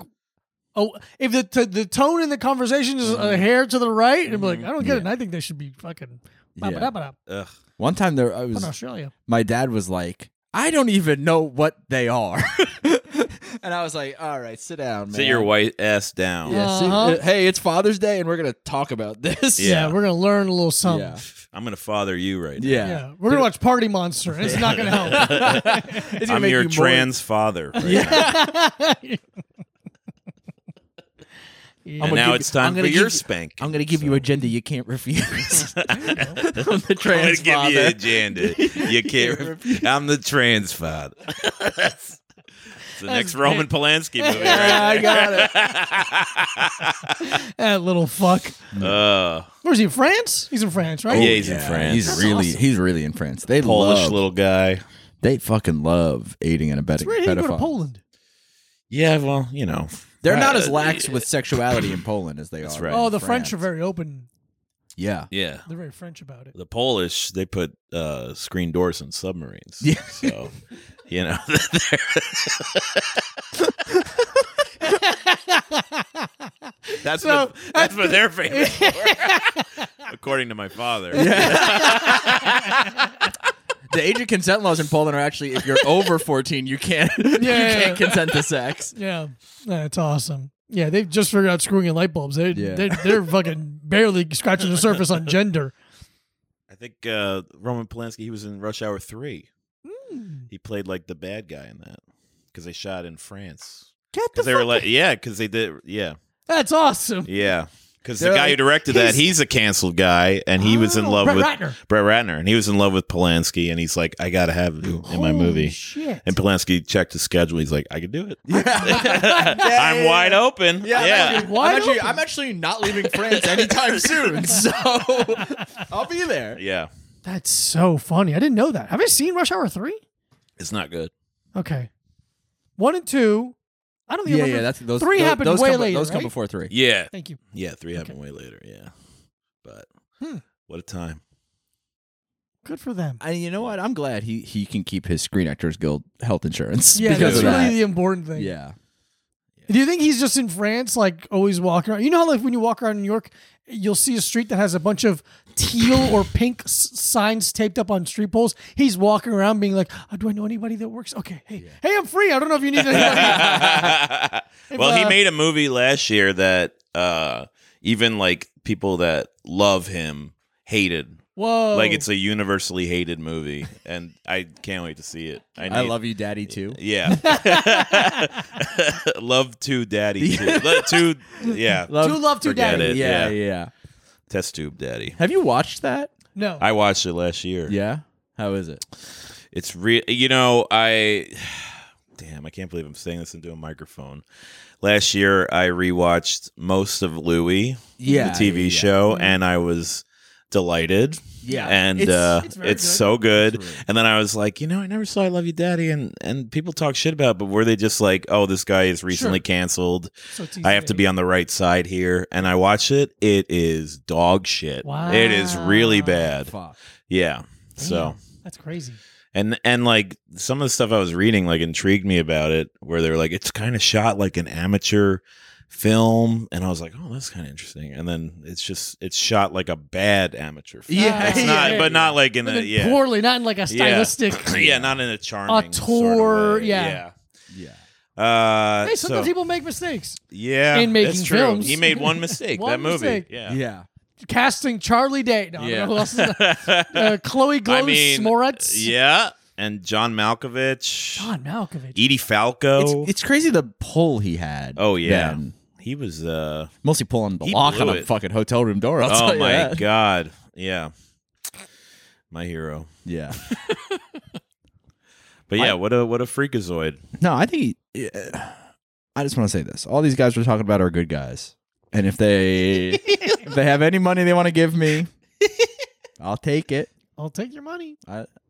[SPEAKER 1] Oh, if the t- the tone in the conversation is a hair to the right, and be like, I don't get it.
[SPEAKER 2] Yeah.
[SPEAKER 1] And I think they should be fucking
[SPEAKER 2] Yeah.
[SPEAKER 1] ba-ba-da-ba-da,
[SPEAKER 3] Ugh.
[SPEAKER 2] one time there I
[SPEAKER 1] in
[SPEAKER 2] was
[SPEAKER 1] Australia.
[SPEAKER 2] my dad was like, "I don't even know what they are." [LAUGHS] and I was like, "All right, sit down, man."
[SPEAKER 3] Sit your white ass down.
[SPEAKER 2] Yeah, sit-
[SPEAKER 1] Uh-huh.
[SPEAKER 2] hey, it's Father's Day and we're going to talk about this.
[SPEAKER 1] Yeah.
[SPEAKER 3] Yeah.
[SPEAKER 1] we're gonna learn a little something.
[SPEAKER 2] Yeah.
[SPEAKER 1] Yeah,
[SPEAKER 3] I'm gonna father you right now.
[SPEAKER 1] we're gonna watch Party Monster. and It's not gonna help.
[SPEAKER 2] [LAUGHS]
[SPEAKER 1] [LAUGHS]
[SPEAKER 2] It's gonna
[SPEAKER 3] I'm
[SPEAKER 2] make
[SPEAKER 3] your
[SPEAKER 2] you more-
[SPEAKER 3] trans father.
[SPEAKER 2] [LAUGHS]
[SPEAKER 3] Right yeah.
[SPEAKER 1] Yeah.
[SPEAKER 2] I'm
[SPEAKER 3] And
[SPEAKER 2] gonna
[SPEAKER 3] now
[SPEAKER 2] give-
[SPEAKER 3] it's time
[SPEAKER 2] I'm
[SPEAKER 3] for
[SPEAKER 2] gonna
[SPEAKER 3] your
[SPEAKER 2] give-
[SPEAKER 3] spank.
[SPEAKER 2] I'm gonna give you a gender you can't
[SPEAKER 3] [LAUGHS]
[SPEAKER 2] refuse. I'm the
[SPEAKER 3] I'm gonna
[SPEAKER 2] trans
[SPEAKER 3] give you
[SPEAKER 2] father.
[SPEAKER 3] a
[SPEAKER 2] [LAUGHS]
[SPEAKER 3] gender. You can't. I'm the trans father. That's- it's the next Roman Polanski movie.
[SPEAKER 2] Yeah, I
[SPEAKER 3] Right
[SPEAKER 2] got it.
[SPEAKER 1] that little fuck.
[SPEAKER 3] there. [LAUGHS] Uh,
[SPEAKER 1] Where's he? France? He's in France,
[SPEAKER 3] Oh, yeah,
[SPEAKER 1] right?
[SPEAKER 3] he's in France.
[SPEAKER 2] Oh, He's
[SPEAKER 1] That's
[SPEAKER 2] really
[SPEAKER 1] awesome.
[SPEAKER 2] he's really in France. They
[SPEAKER 3] Polish
[SPEAKER 2] love
[SPEAKER 3] little guy.
[SPEAKER 2] they fucking love aiding and abetting
[SPEAKER 1] Where did he go to
[SPEAKER 2] pedophiles.
[SPEAKER 1] Poland?
[SPEAKER 3] Yeah, well, you know,
[SPEAKER 2] They're not
[SPEAKER 3] Uh,
[SPEAKER 2] as lax with sexuality in Poland as they
[SPEAKER 3] That's
[SPEAKER 2] are.
[SPEAKER 3] right.
[SPEAKER 2] in
[SPEAKER 1] Oh, the
[SPEAKER 2] France.
[SPEAKER 1] French are very open.
[SPEAKER 2] yeah.
[SPEAKER 3] yeah.
[SPEAKER 1] They're very French about
[SPEAKER 3] [LAUGHS]
[SPEAKER 1] it.
[SPEAKER 3] The Polish, they put uh, screen doors in submarines.
[SPEAKER 2] Yeah.
[SPEAKER 3] So, you know, [LAUGHS] that's
[SPEAKER 1] So,
[SPEAKER 3] what that's what they're famous
[SPEAKER 2] [LAUGHS]
[SPEAKER 3] for, according to my father.
[SPEAKER 2] The age of consent laws in Poland are actually if you're over 14, you can't [LAUGHS] you
[SPEAKER 1] yeah,
[SPEAKER 2] can't
[SPEAKER 1] yeah.
[SPEAKER 2] consent to [LAUGHS] sex.
[SPEAKER 1] Yeah, that's awesome. Yeah, they've just figured out screwing in light bulbs. They,
[SPEAKER 2] Yeah.
[SPEAKER 1] they're,
[SPEAKER 3] [LAUGHS]
[SPEAKER 1] they're fucking barely scratching the surface on gender.
[SPEAKER 3] I think uh, Roman Polanski. He was in Rush Hour Three. He played like the bad guy in that because they shot in France.
[SPEAKER 1] Get the
[SPEAKER 3] Because they were
[SPEAKER 1] fuck-
[SPEAKER 3] like, yeah, because they did, yeah,
[SPEAKER 1] that's awesome.
[SPEAKER 3] yeah. Because the
[SPEAKER 2] They're
[SPEAKER 3] guy who
[SPEAKER 2] like,
[SPEAKER 3] directed that, he's a canceled guy, and he was in
[SPEAKER 1] Oh,
[SPEAKER 3] love
[SPEAKER 1] Brett
[SPEAKER 3] with
[SPEAKER 1] Ratner.
[SPEAKER 3] Brett Ratner, and he was in love with Polanski, and he's like, I gotta have you in my
[SPEAKER 1] Holy
[SPEAKER 3] movie.
[SPEAKER 1] Shit.
[SPEAKER 3] and Polanski checked his schedule. He's like, I could do it. [LAUGHS]
[SPEAKER 2] [LAUGHS] yeah,
[SPEAKER 3] I'm
[SPEAKER 2] yeah,
[SPEAKER 3] wide
[SPEAKER 2] yeah.
[SPEAKER 3] open.
[SPEAKER 2] Yeah,
[SPEAKER 3] Yeah,
[SPEAKER 2] I'm, actually,
[SPEAKER 1] Wide
[SPEAKER 2] I'm, actually,
[SPEAKER 1] open.
[SPEAKER 2] I'm actually not leaving France anytime soon, so [LAUGHS] I'll be there.
[SPEAKER 3] yeah.
[SPEAKER 1] That's so funny. I didn't know that. Have I seen Rush Hour three?
[SPEAKER 3] It's not good.
[SPEAKER 1] Okay, one and two. I don't think I
[SPEAKER 2] Yeah,
[SPEAKER 1] remember.
[SPEAKER 2] yeah, that's those.
[SPEAKER 1] Three
[SPEAKER 2] those,
[SPEAKER 1] happened
[SPEAKER 2] those
[SPEAKER 1] way
[SPEAKER 2] come,
[SPEAKER 1] later,
[SPEAKER 2] Those come
[SPEAKER 1] right?
[SPEAKER 2] before three.
[SPEAKER 3] Yeah,
[SPEAKER 1] Thank you.
[SPEAKER 3] yeah. Three happened way later. Yeah, but
[SPEAKER 1] Hmm.
[SPEAKER 3] what a time.
[SPEAKER 1] Good for them.
[SPEAKER 2] And you know what? I'm glad he he can keep his Screen Actors Guild health insurance.
[SPEAKER 1] Yeah,
[SPEAKER 2] because
[SPEAKER 1] that's
[SPEAKER 2] of
[SPEAKER 1] really
[SPEAKER 2] that.
[SPEAKER 1] the important thing.
[SPEAKER 2] yeah.
[SPEAKER 1] Do you think he's just in France, like always walking around? You know how, like, when you walk around New York, you'll see a street that has a bunch of teal or pink s- signs taped up on street poles. He's walking around, being like, oh, "Do I know anybody that works? Okay, hey, hey, I'm free. I don't know if you need anybody."
[SPEAKER 3] [LAUGHS] well, he
[SPEAKER 1] uh,
[SPEAKER 3] made a movie last year that uh, even like people that love him hated.
[SPEAKER 1] Whoa!
[SPEAKER 3] Like it's a universally hated movie, and I can't wait to see it.
[SPEAKER 2] I
[SPEAKER 3] need-
[SPEAKER 2] love you, Daddy too.
[SPEAKER 3] Yeah, [LAUGHS] love to daddy too. Love to yeah,
[SPEAKER 1] Too love, too
[SPEAKER 3] forget
[SPEAKER 1] daddy.
[SPEAKER 3] it.
[SPEAKER 2] Yeah, yeah,
[SPEAKER 3] yeah. test tube daddy.
[SPEAKER 2] Have you watched that?
[SPEAKER 1] No.
[SPEAKER 3] I watched it last year.
[SPEAKER 2] Yeah. How is it?
[SPEAKER 3] It's real. You know, I. [SIGHS] Damn, I can't believe I'm saying this into a microphone. Last year, I rewatched most of Louie,
[SPEAKER 2] Yeah.
[SPEAKER 3] the TV
[SPEAKER 2] yeah,
[SPEAKER 3] show,
[SPEAKER 1] Mhm.
[SPEAKER 3] and I was delighted.
[SPEAKER 2] Yeah.
[SPEAKER 3] and
[SPEAKER 2] It's-
[SPEAKER 3] uh,
[SPEAKER 1] it's
[SPEAKER 3] it's,
[SPEAKER 1] very good.
[SPEAKER 3] so good.
[SPEAKER 2] It's really-
[SPEAKER 3] And then I was like, you know, I never saw I Love You, Daddy, and and people talk shit about, it, but were they just like, oh, this guy is recently
[SPEAKER 1] Sure.
[SPEAKER 3] canceled?
[SPEAKER 1] So it's
[SPEAKER 3] I have to
[SPEAKER 1] easy.
[SPEAKER 3] be on the right side here. And I watch it. It is dog shit. It is really
[SPEAKER 1] Wow.
[SPEAKER 3] bad.
[SPEAKER 2] Fuck.
[SPEAKER 3] Yeah.
[SPEAKER 1] Damn,
[SPEAKER 3] So
[SPEAKER 1] that's
[SPEAKER 3] [LAUGHS]
[SPEAKER 1] crazy.
[SPEAKER 3] and and like some of the stuff I was reading like intrigued me about it, where they're like, it's kind of shot like an amateur film, and I was like, oh, that's kind of interesting. And then it's just it's shot like a bad amateur film.
[SPEAKER 1] Yeah,
[SPEAKER 3] it's
[SPEAKER 1] yeah,
[SPEAKER 3] not,
[SPEAKER 1] yeah,
[SPEAKER 3] but
[SPEAKER 1] yeah.
[SPEAKER 3] not like in
[SPEAKER 1] But
[SPEAKER 3] a
[SPEAKER 1] then
[SPEAKER 3] uh, yeah,
[SPEAKER 1] poorly, not in like a stylistic.
[SPEAKER 3] [CLEARS THROAT] [LAUGHS] yeah, not in a charming sort of
[SPEAKER 1] Auteur,
[SPEAKER 3] way.
[SPEAKER 1] yeah.
[SPEAKER 2] Yeah.
[SPEAKER 3] yeah. Uh,
[SPEAKER 1] Hey,
[SPEAKER 3] so
[SPEAKER 1] sometimes people make mistakes.
[SPEAKER 3] yeah,
[SPEAKER 1] in making
[SPEAKER 3] that's true.
[SPEAKER 1] films.
[SPEAKER 3] He
[SPEAKER 1] [LAUGHS]
[SPEAKER 3] made one mistake
[SPEAKER 1] One
[SPEAKER 3] that movie.
[SPEAKER 1] mistake.
[SPEAKER 3] Yeah,
[SPEAKER 2] Yeah.
[SPEAKER 1] Casting Charlie Day. No, I don't know who else is in
[SPEAKER 3] [LAUGHS]
[SPEAKER 1] that. uh, Chloe Glow
[SPEAKER 3] I mean,
[SPEAKER 1] Moretz.
[SPEAKER 3] yeah, and John Malkovich,
[SPEAKER 1] John Malkovich.
[SPEAKER 3] [LAUGHS] Edie Falco.
[SPEAKER 2] It's, it's crazy the pull he had.
[SPEAKER 3] Oh, yeah.
[SPEAKER 2] then.
[SPEAKER 3] he was uh
[SPEAKER 2] Mostly pulling the
[SPEAKER 3] He
[SPEAKER 2] lock on
[SPEAKER 3] blew
[SPEAKER 2] a
[SPEAKER 3] it.
[SPEAKER 2] fucking hotel room door. I'll tell
[SPEAKER 3] oh
[SPEAKER 2] you
[SPEAKER 3] my
[SPEAKER 2] that.
[SPEAKER 3] god. Yeah. My hero.
[SPEAKER 2] Yeah.
[SPEAKER 3] But yeah,
[SPEAKER 2] I-
[SPEAKER 3] what a what a freakazoid.
[SPEAKER 2] No, I think. He, I just want to say this: all these guys we're talking about are good guys, and if they
[SPEAKER 3] [LAUGHS]
[SPEAKER 2] if they have any money they want to give me, I'll take it.
[SPEAKER 1] I'll take your money.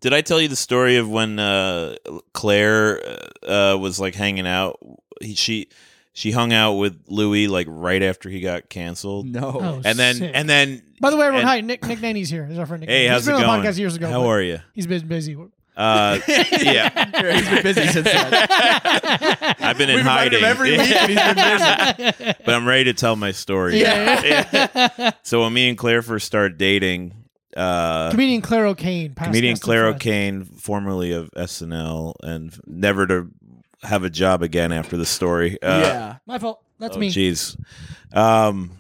[SPEAKER 3] Did I tell you the story of when uh Claire uh was like hanging out he, she she hung out with Louis like right after he got canceled.
[SPEAKER 2] No,
[SPEAKER 1] Oh,
[SPEAKER 3] And then
[SPEAKER 1] sick.
[SPEAKER 3] and then
[SPEAKER 1] By the way, everyone,
[SPEAKER 3] and-
[SPEAKER 1] hi, Nick Nick Naney's here. This is our friend Nick.
[SPEAKER 3] Hey,
[SPEAKER 1] Naney.
[SPEAKER 3] how's
[SPEAKER 1] He's been
[SPEAKER 3] it
[SPEAKER 1] on
[SPEAKER 3] going?
[SPEAKER 1] the podcast years ago.
[SPEAKER 3] How
[SPEAKER 1] but
[SPEAKER 3] are you?
[SPEAKER 1] He's been [LAUGHS] busy. We're-
[SPEAKER 3] Uh yeah.
[SPEAKER 2] [LAUGHS] he's been busy since
[SPEAKER 3] [LAUGHS] Uh,
[SPEAKER 2] then.
[SPEAKER 3] I've been in
[SPEAKER 2] We remind
[SPEAKER 3] hiding.
[SPEAKER 2] him every week, and
[SPEAKER 3] [LAUGHS]
[SPEAKER 2] he's been busy.
[SPEAKER 3] but I'm ready to tell my story.
[SPEAKER 1] Yeah,
[SPEAKER 3] So when me and Claire first started dating, uh
[SPEAKER 1] Comedian Claire O'Kane. past
[SPEAKER 3] comedian
[SPEAKER 1] guest of
[SPEAKER 3] Claire
[SPEAKER 1] Friends.
[SPEAKER 3] O'Kane, formerly of SNL, and never to have a job again after the story. Uh,
[SPEAKER 2] yeah,
[SPEAKER 1] My fault. That's
[SPEAKER 3] oh,
[SPEAKER 1] me.
[SPEAKER 3] Jeez. Um,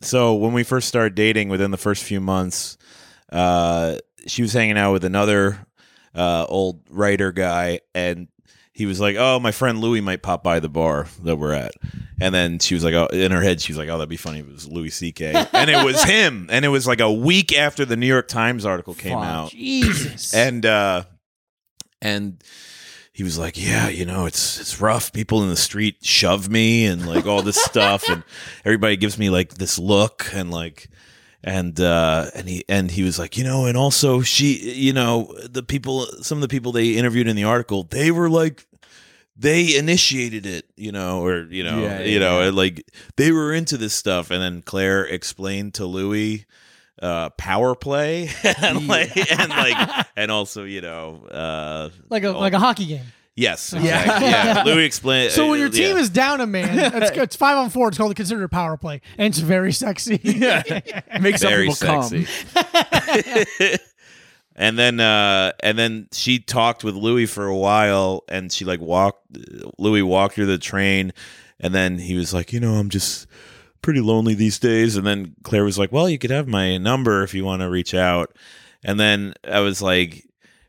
[SPEAKER 3] so when we first started dating, within the first few months, uh, she was hanging out with another uh, old writer guy, and he was like, "Oh, my friend Louis might pop by the bar that we're at." And then she was like, "Oh," in her head, she was like, "Oh, that'd be funny if it was Louis C.K." and it
[SPEAKER 1] [LAUGHS]
[SPEAKER 3] was him, and it was like a week after the New York Times article came
[SPEAKER 2] Fuck.
[SPEAKER 1] [CLEARS THROAT]
[SPEAKER 3] out
[SPEAKER 1] Jesus.
[SPEAKER 3] and uh and he was like yeah you know it's it's rough people in the street shove me and like all this stuff and everybody gives me like this look and like and uh and he and he was like you know and also she you know the people some of the people they interviewed in the article they were like they initiated it you know or you know
[SPEAKER 2] Yeah, yeah,
[SPEAKER 3] you know
[SPEAKER 2] yeah.
[SPEAKER 3] and, like they were into this stuff and then claire explained to louis uh power play [LAUGHS] and like
[SPEAKER 1] [LAUGHS]
[SPEAKER 3] and like and also you know uh
[SPEAKER 1] like a like a hockey game.
[SPEAKER 3] yes
[SPEAKER 1] Yeah.
[SPEAKER 3] exactly. yeah
[SPEAKER 1] [LAUGHS]
[SPEAKER 3] louis explained
[SPEAKER 1] So when your
[SPEAKER 3] uh,
[SPEAKER 1] team
[SPEAKER 3] yeah.
[SPEAKER 1] is down a [LAUGHS] man, it's, it's five on four. It's called considered a power play, and it's very sexy. [LAUGHS] Yeah.
[SPEAKER 2] makes some
[SPEAKER 3] very
[SPEAKER 2] people
[SPEAKER 3] sexy
[SPEAKER 2] come.
[SPEAKER 3] and then uh and then she talked with louis for a while and she like walked louis walked her to the train and then he was like you know i'm just pretty lonely these days and then claire was like well you could have my number if you want to reach out and then i was like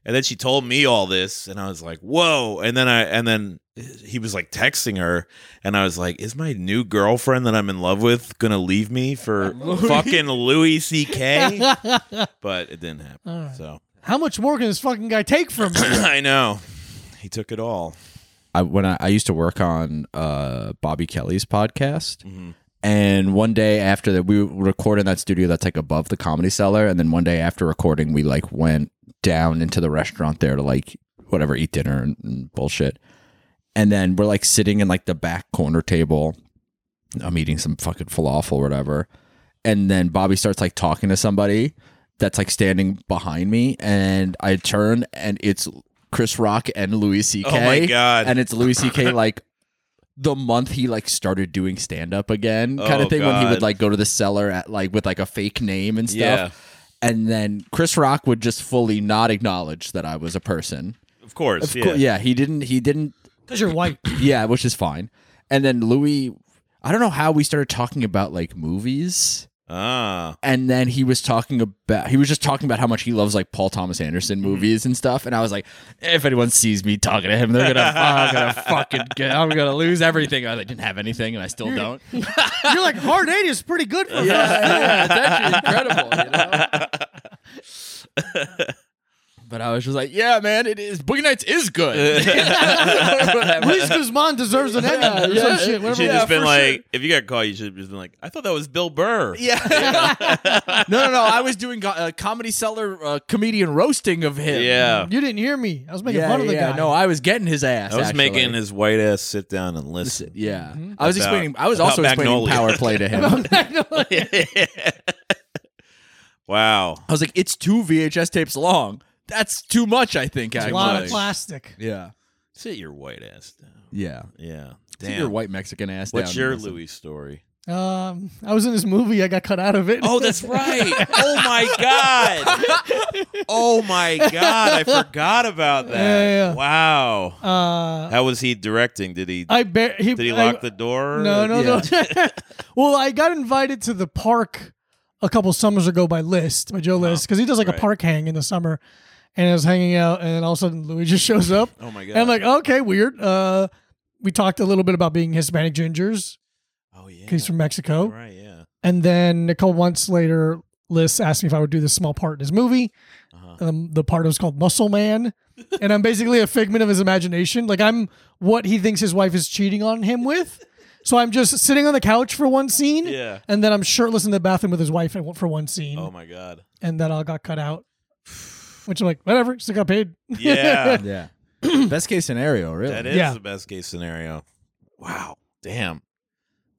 [SPEAKER 3] and then she told me all this and i was like whoa and then i and then he was like texting her and i was like is my new girlfriend that i'm in love with gonna leave
[SPEAKER 1] [LAUGHS]
[SPEAKER 3] me for fucking louis ck but it didn't happen
[SPEAKER 1] All right.
[SPEAKER 3] so
[SPEAKER 1] How much more can this fucking guy take from [CLEARS THROAT] [COUGHS] me?
[SPEAKER 3] i know he took it all
[SPEAKER 2] I when I, I used to work on uh, Bobby Kelly's podcast,
[SPEAKER 3] Mhm.
[SPEAKER 2] and one day after that, we would record in that studio that's like above the comedy cellar, and then one day after recording, we like went down into the restaurant there to like whatever eat dinner and, and bullshit, and then we're like sitting in like the back corner table. I'm eating some fucking falafel or whatever, and then Bobby starts like talking to somebody that's like standing behind me, and I turn and it's Chris Rock and Louis C.K.
[SPEAKER 3] oh my god
[SPEAKER 2] and it's Louis
[SPEAKER 3] [LAUGHS]
[SPEAKER 2] C.K. like the month he like started doing stand up again, kind
[SPEAKER 3] Oh,
[SPEAKER 2] of thing. When he
[SPEAKER 3] God.
[SPEAKER 2] would like go to the cellar at like with like a fake name and stuff,
[SPEAKER 3] yeah
[SPEAKER 2] and then Chris Rock would just fully not acknowledge that I was a person.
[SPEAKER 3] of course
[SPEAKER 2] Of
[SPEAKER 3] yeah.
[SPEAKER 2] course, yeah, he didn't. He didn't. [CLEARS THROAT]
[SPEAKER 1] Because you're white.
[SPEAKER 2] Yeah, which is fine. And then Louis, I don't know how we started talking about like movies
[SPEAKER 3] ah [LAUGHS]
[SPEAKER 2] and then he was talking about he was just talking about how much he loves like Paul Thomas Anderson
[SPEAKER 3] Mm-hmm.
[SPEAKER 2] movies and stuff, and I was like, if anyone sees me talking to him, they're
[SPEAKER 3] [LAUGHS]
[SPEAKER 2] gonna, I'm gonna fucking get, I'm gonna lose everything. I didn't have anything, and I still
[SPEAKER 3] [LAUGHS]
[SPEAKER 2] don't. [LAUGHS]
[SPEAKER 1] You're like hard eight is pretty good for
[SPEAKER 2] yeah, it's actually incredible. You know?
[SPEAKER 3] [LAUGHS]
[SPEAKER 2] But I was just like, yeah, man, it is. Boogie Nights is good.
[SPEAKER 3] [LAUGHS]
[SPEAKER 2] Whatever.
[SPEAKER 1] Luis Guzman deserves an Emmy or
[SPEAKER 2] Yeah.
[SPEAKER 1] some shit. Whatever.
[SPEAKER 3] You should have
[SPEAKER 2] Yeah,
[SPEAKER 3] just been
[SPEAKER 2] for
[SPEAKER 3] like,
[SPEAKER 2] sure.
[SPEAKER 3] if you got caught, you should have just been like, I thought that was Bill [LAUGHS] Burr.
[SPEAKER 2] yeah. no, no, no. I was doing a uh, comedy seller uh, comedian roasting of him.
[SPEAKER 3] Yeah.
[SPEAKER 1] You didn't hear me. I was making
[SPEAKER 2] Yeah,
[SPEAKER 1] fun of the
[SPEAKER 2] yeah.
[SPEAKER 1] guy. [LAUGHS]
[SPEAKER 2] No, I was getting his ass.
[SPEAKER 3] I was
[SPEAKER 2] actually.
[SPEAKER 3] making his white ass sit down and listen.
[SPEAKER 2] Yeah, I was
[SPEAKER 3] About-
[SPEAKER 2] explaining. I was
[SPEAKER 3] about
[SPEAKER 2] also explaining
[SPEAKER 3] Magnolia.
[SPEAKER 2] power play [LAUGHS] to him. I
[SPEAKER 3] [LAUGHS] wow.
[SPEAKER 2] was like, it's two VHS tapes long. That's too much. I think
[SPEAKER 1] it's a
[SPEAKER 2] actually.
[SPEAKER 1] lot of plastic.
[SPEAKER 2] yeah,
[SPEAKER 3] Sit your white ass down.
[SPEAKER 2] yeah.
[SPEAKER 3] Yeah.
[SPEAKER 2] Sit your
[SPEAKER 3] Damn.
[SPEAKER 2] white Mexican ass.
[SPEAKER 3] What's
[SPEAKER 2] down
[SPEAKER 3] your
[SPEAKER 2] and listen.
[SPEAKER 3] Louis story?
[SPEAKER 1] Um, I was in this movie. I got cut out of it.
[SPEAKER 3] Oh, [LAUGHS] that's right. Oh my god. [LAUGHS] Oh my god. I forgot about that.
[SPEAKER 1] Yeah, yeah.
[SPEAKER 3] Wow.
[SPEAKER 1] [LAUGHS] Uh,
[SPEAKER 3] How was he directing? Did he
[SPEAKER 1] I bar- he,
[SPEAKER 3] did he
[SPEAKER 1] I-
[SPEAKER 3] lock the door?
[SPEAKER 1] No, no, no. [LAUGHS] well, I got invited to the park a couple summers ago by List, by Joe List, because he does like
[SPEAKER 3] Oh, Right.
[SPEAKER 1] a park hang in the summer. And I was hanging out, and all of a sudden Louis just [LAUGHS] shows up.
[SPEAKER 3] Oh my god.
[SPEAKER 1] And I'm like, okay, weird. Uh, we talked a little bit about being Hispanic gingers.
[SPEAKER 3] oh yeah.
[SPEAKER 1] 'cause He's from Mexico.
[SPEAKER 3] Right, yeah.
[SPEAKER 1] And then a couple months later, Liz asked me if I would do this small part in his movie.
[SPEAKER 3] Uh-huh.
[SPEAKER 1] Um, the part was called Muscle
[SPEAKER 3] [LAUGHS]
[SPEAKER 1] Man. and I'm basically a figment of his imagination. Like, I'm what he thinks his wife is cheating on him with. So I'm just sitting on the couch for one scene.
[SPEAKER 3] Yeah.
[SPEAKER 1] And then I'm shirtless in the bathroom with his wife at- for one scene.
[SPEAKER 3] Oh
[SPEAKER 1] [LAUGHS]
[SPEAKER 3] my god.
[SPEAKER 1] And that all got cut
[SPEAKER 3] [SIGHS]
[SPEAKER 1] out. Which I'm like, whatever, still got paid.
[SPEAKER 3] Yeah.
[SPEAKER 2] [CLEARS THROAT] Yeah. Best case scenario, really.
[SPEAKER 3] That is
[SPEAKER 1] Yeah.
[SPEAKER 3] the best case scenario. Wow. Damn.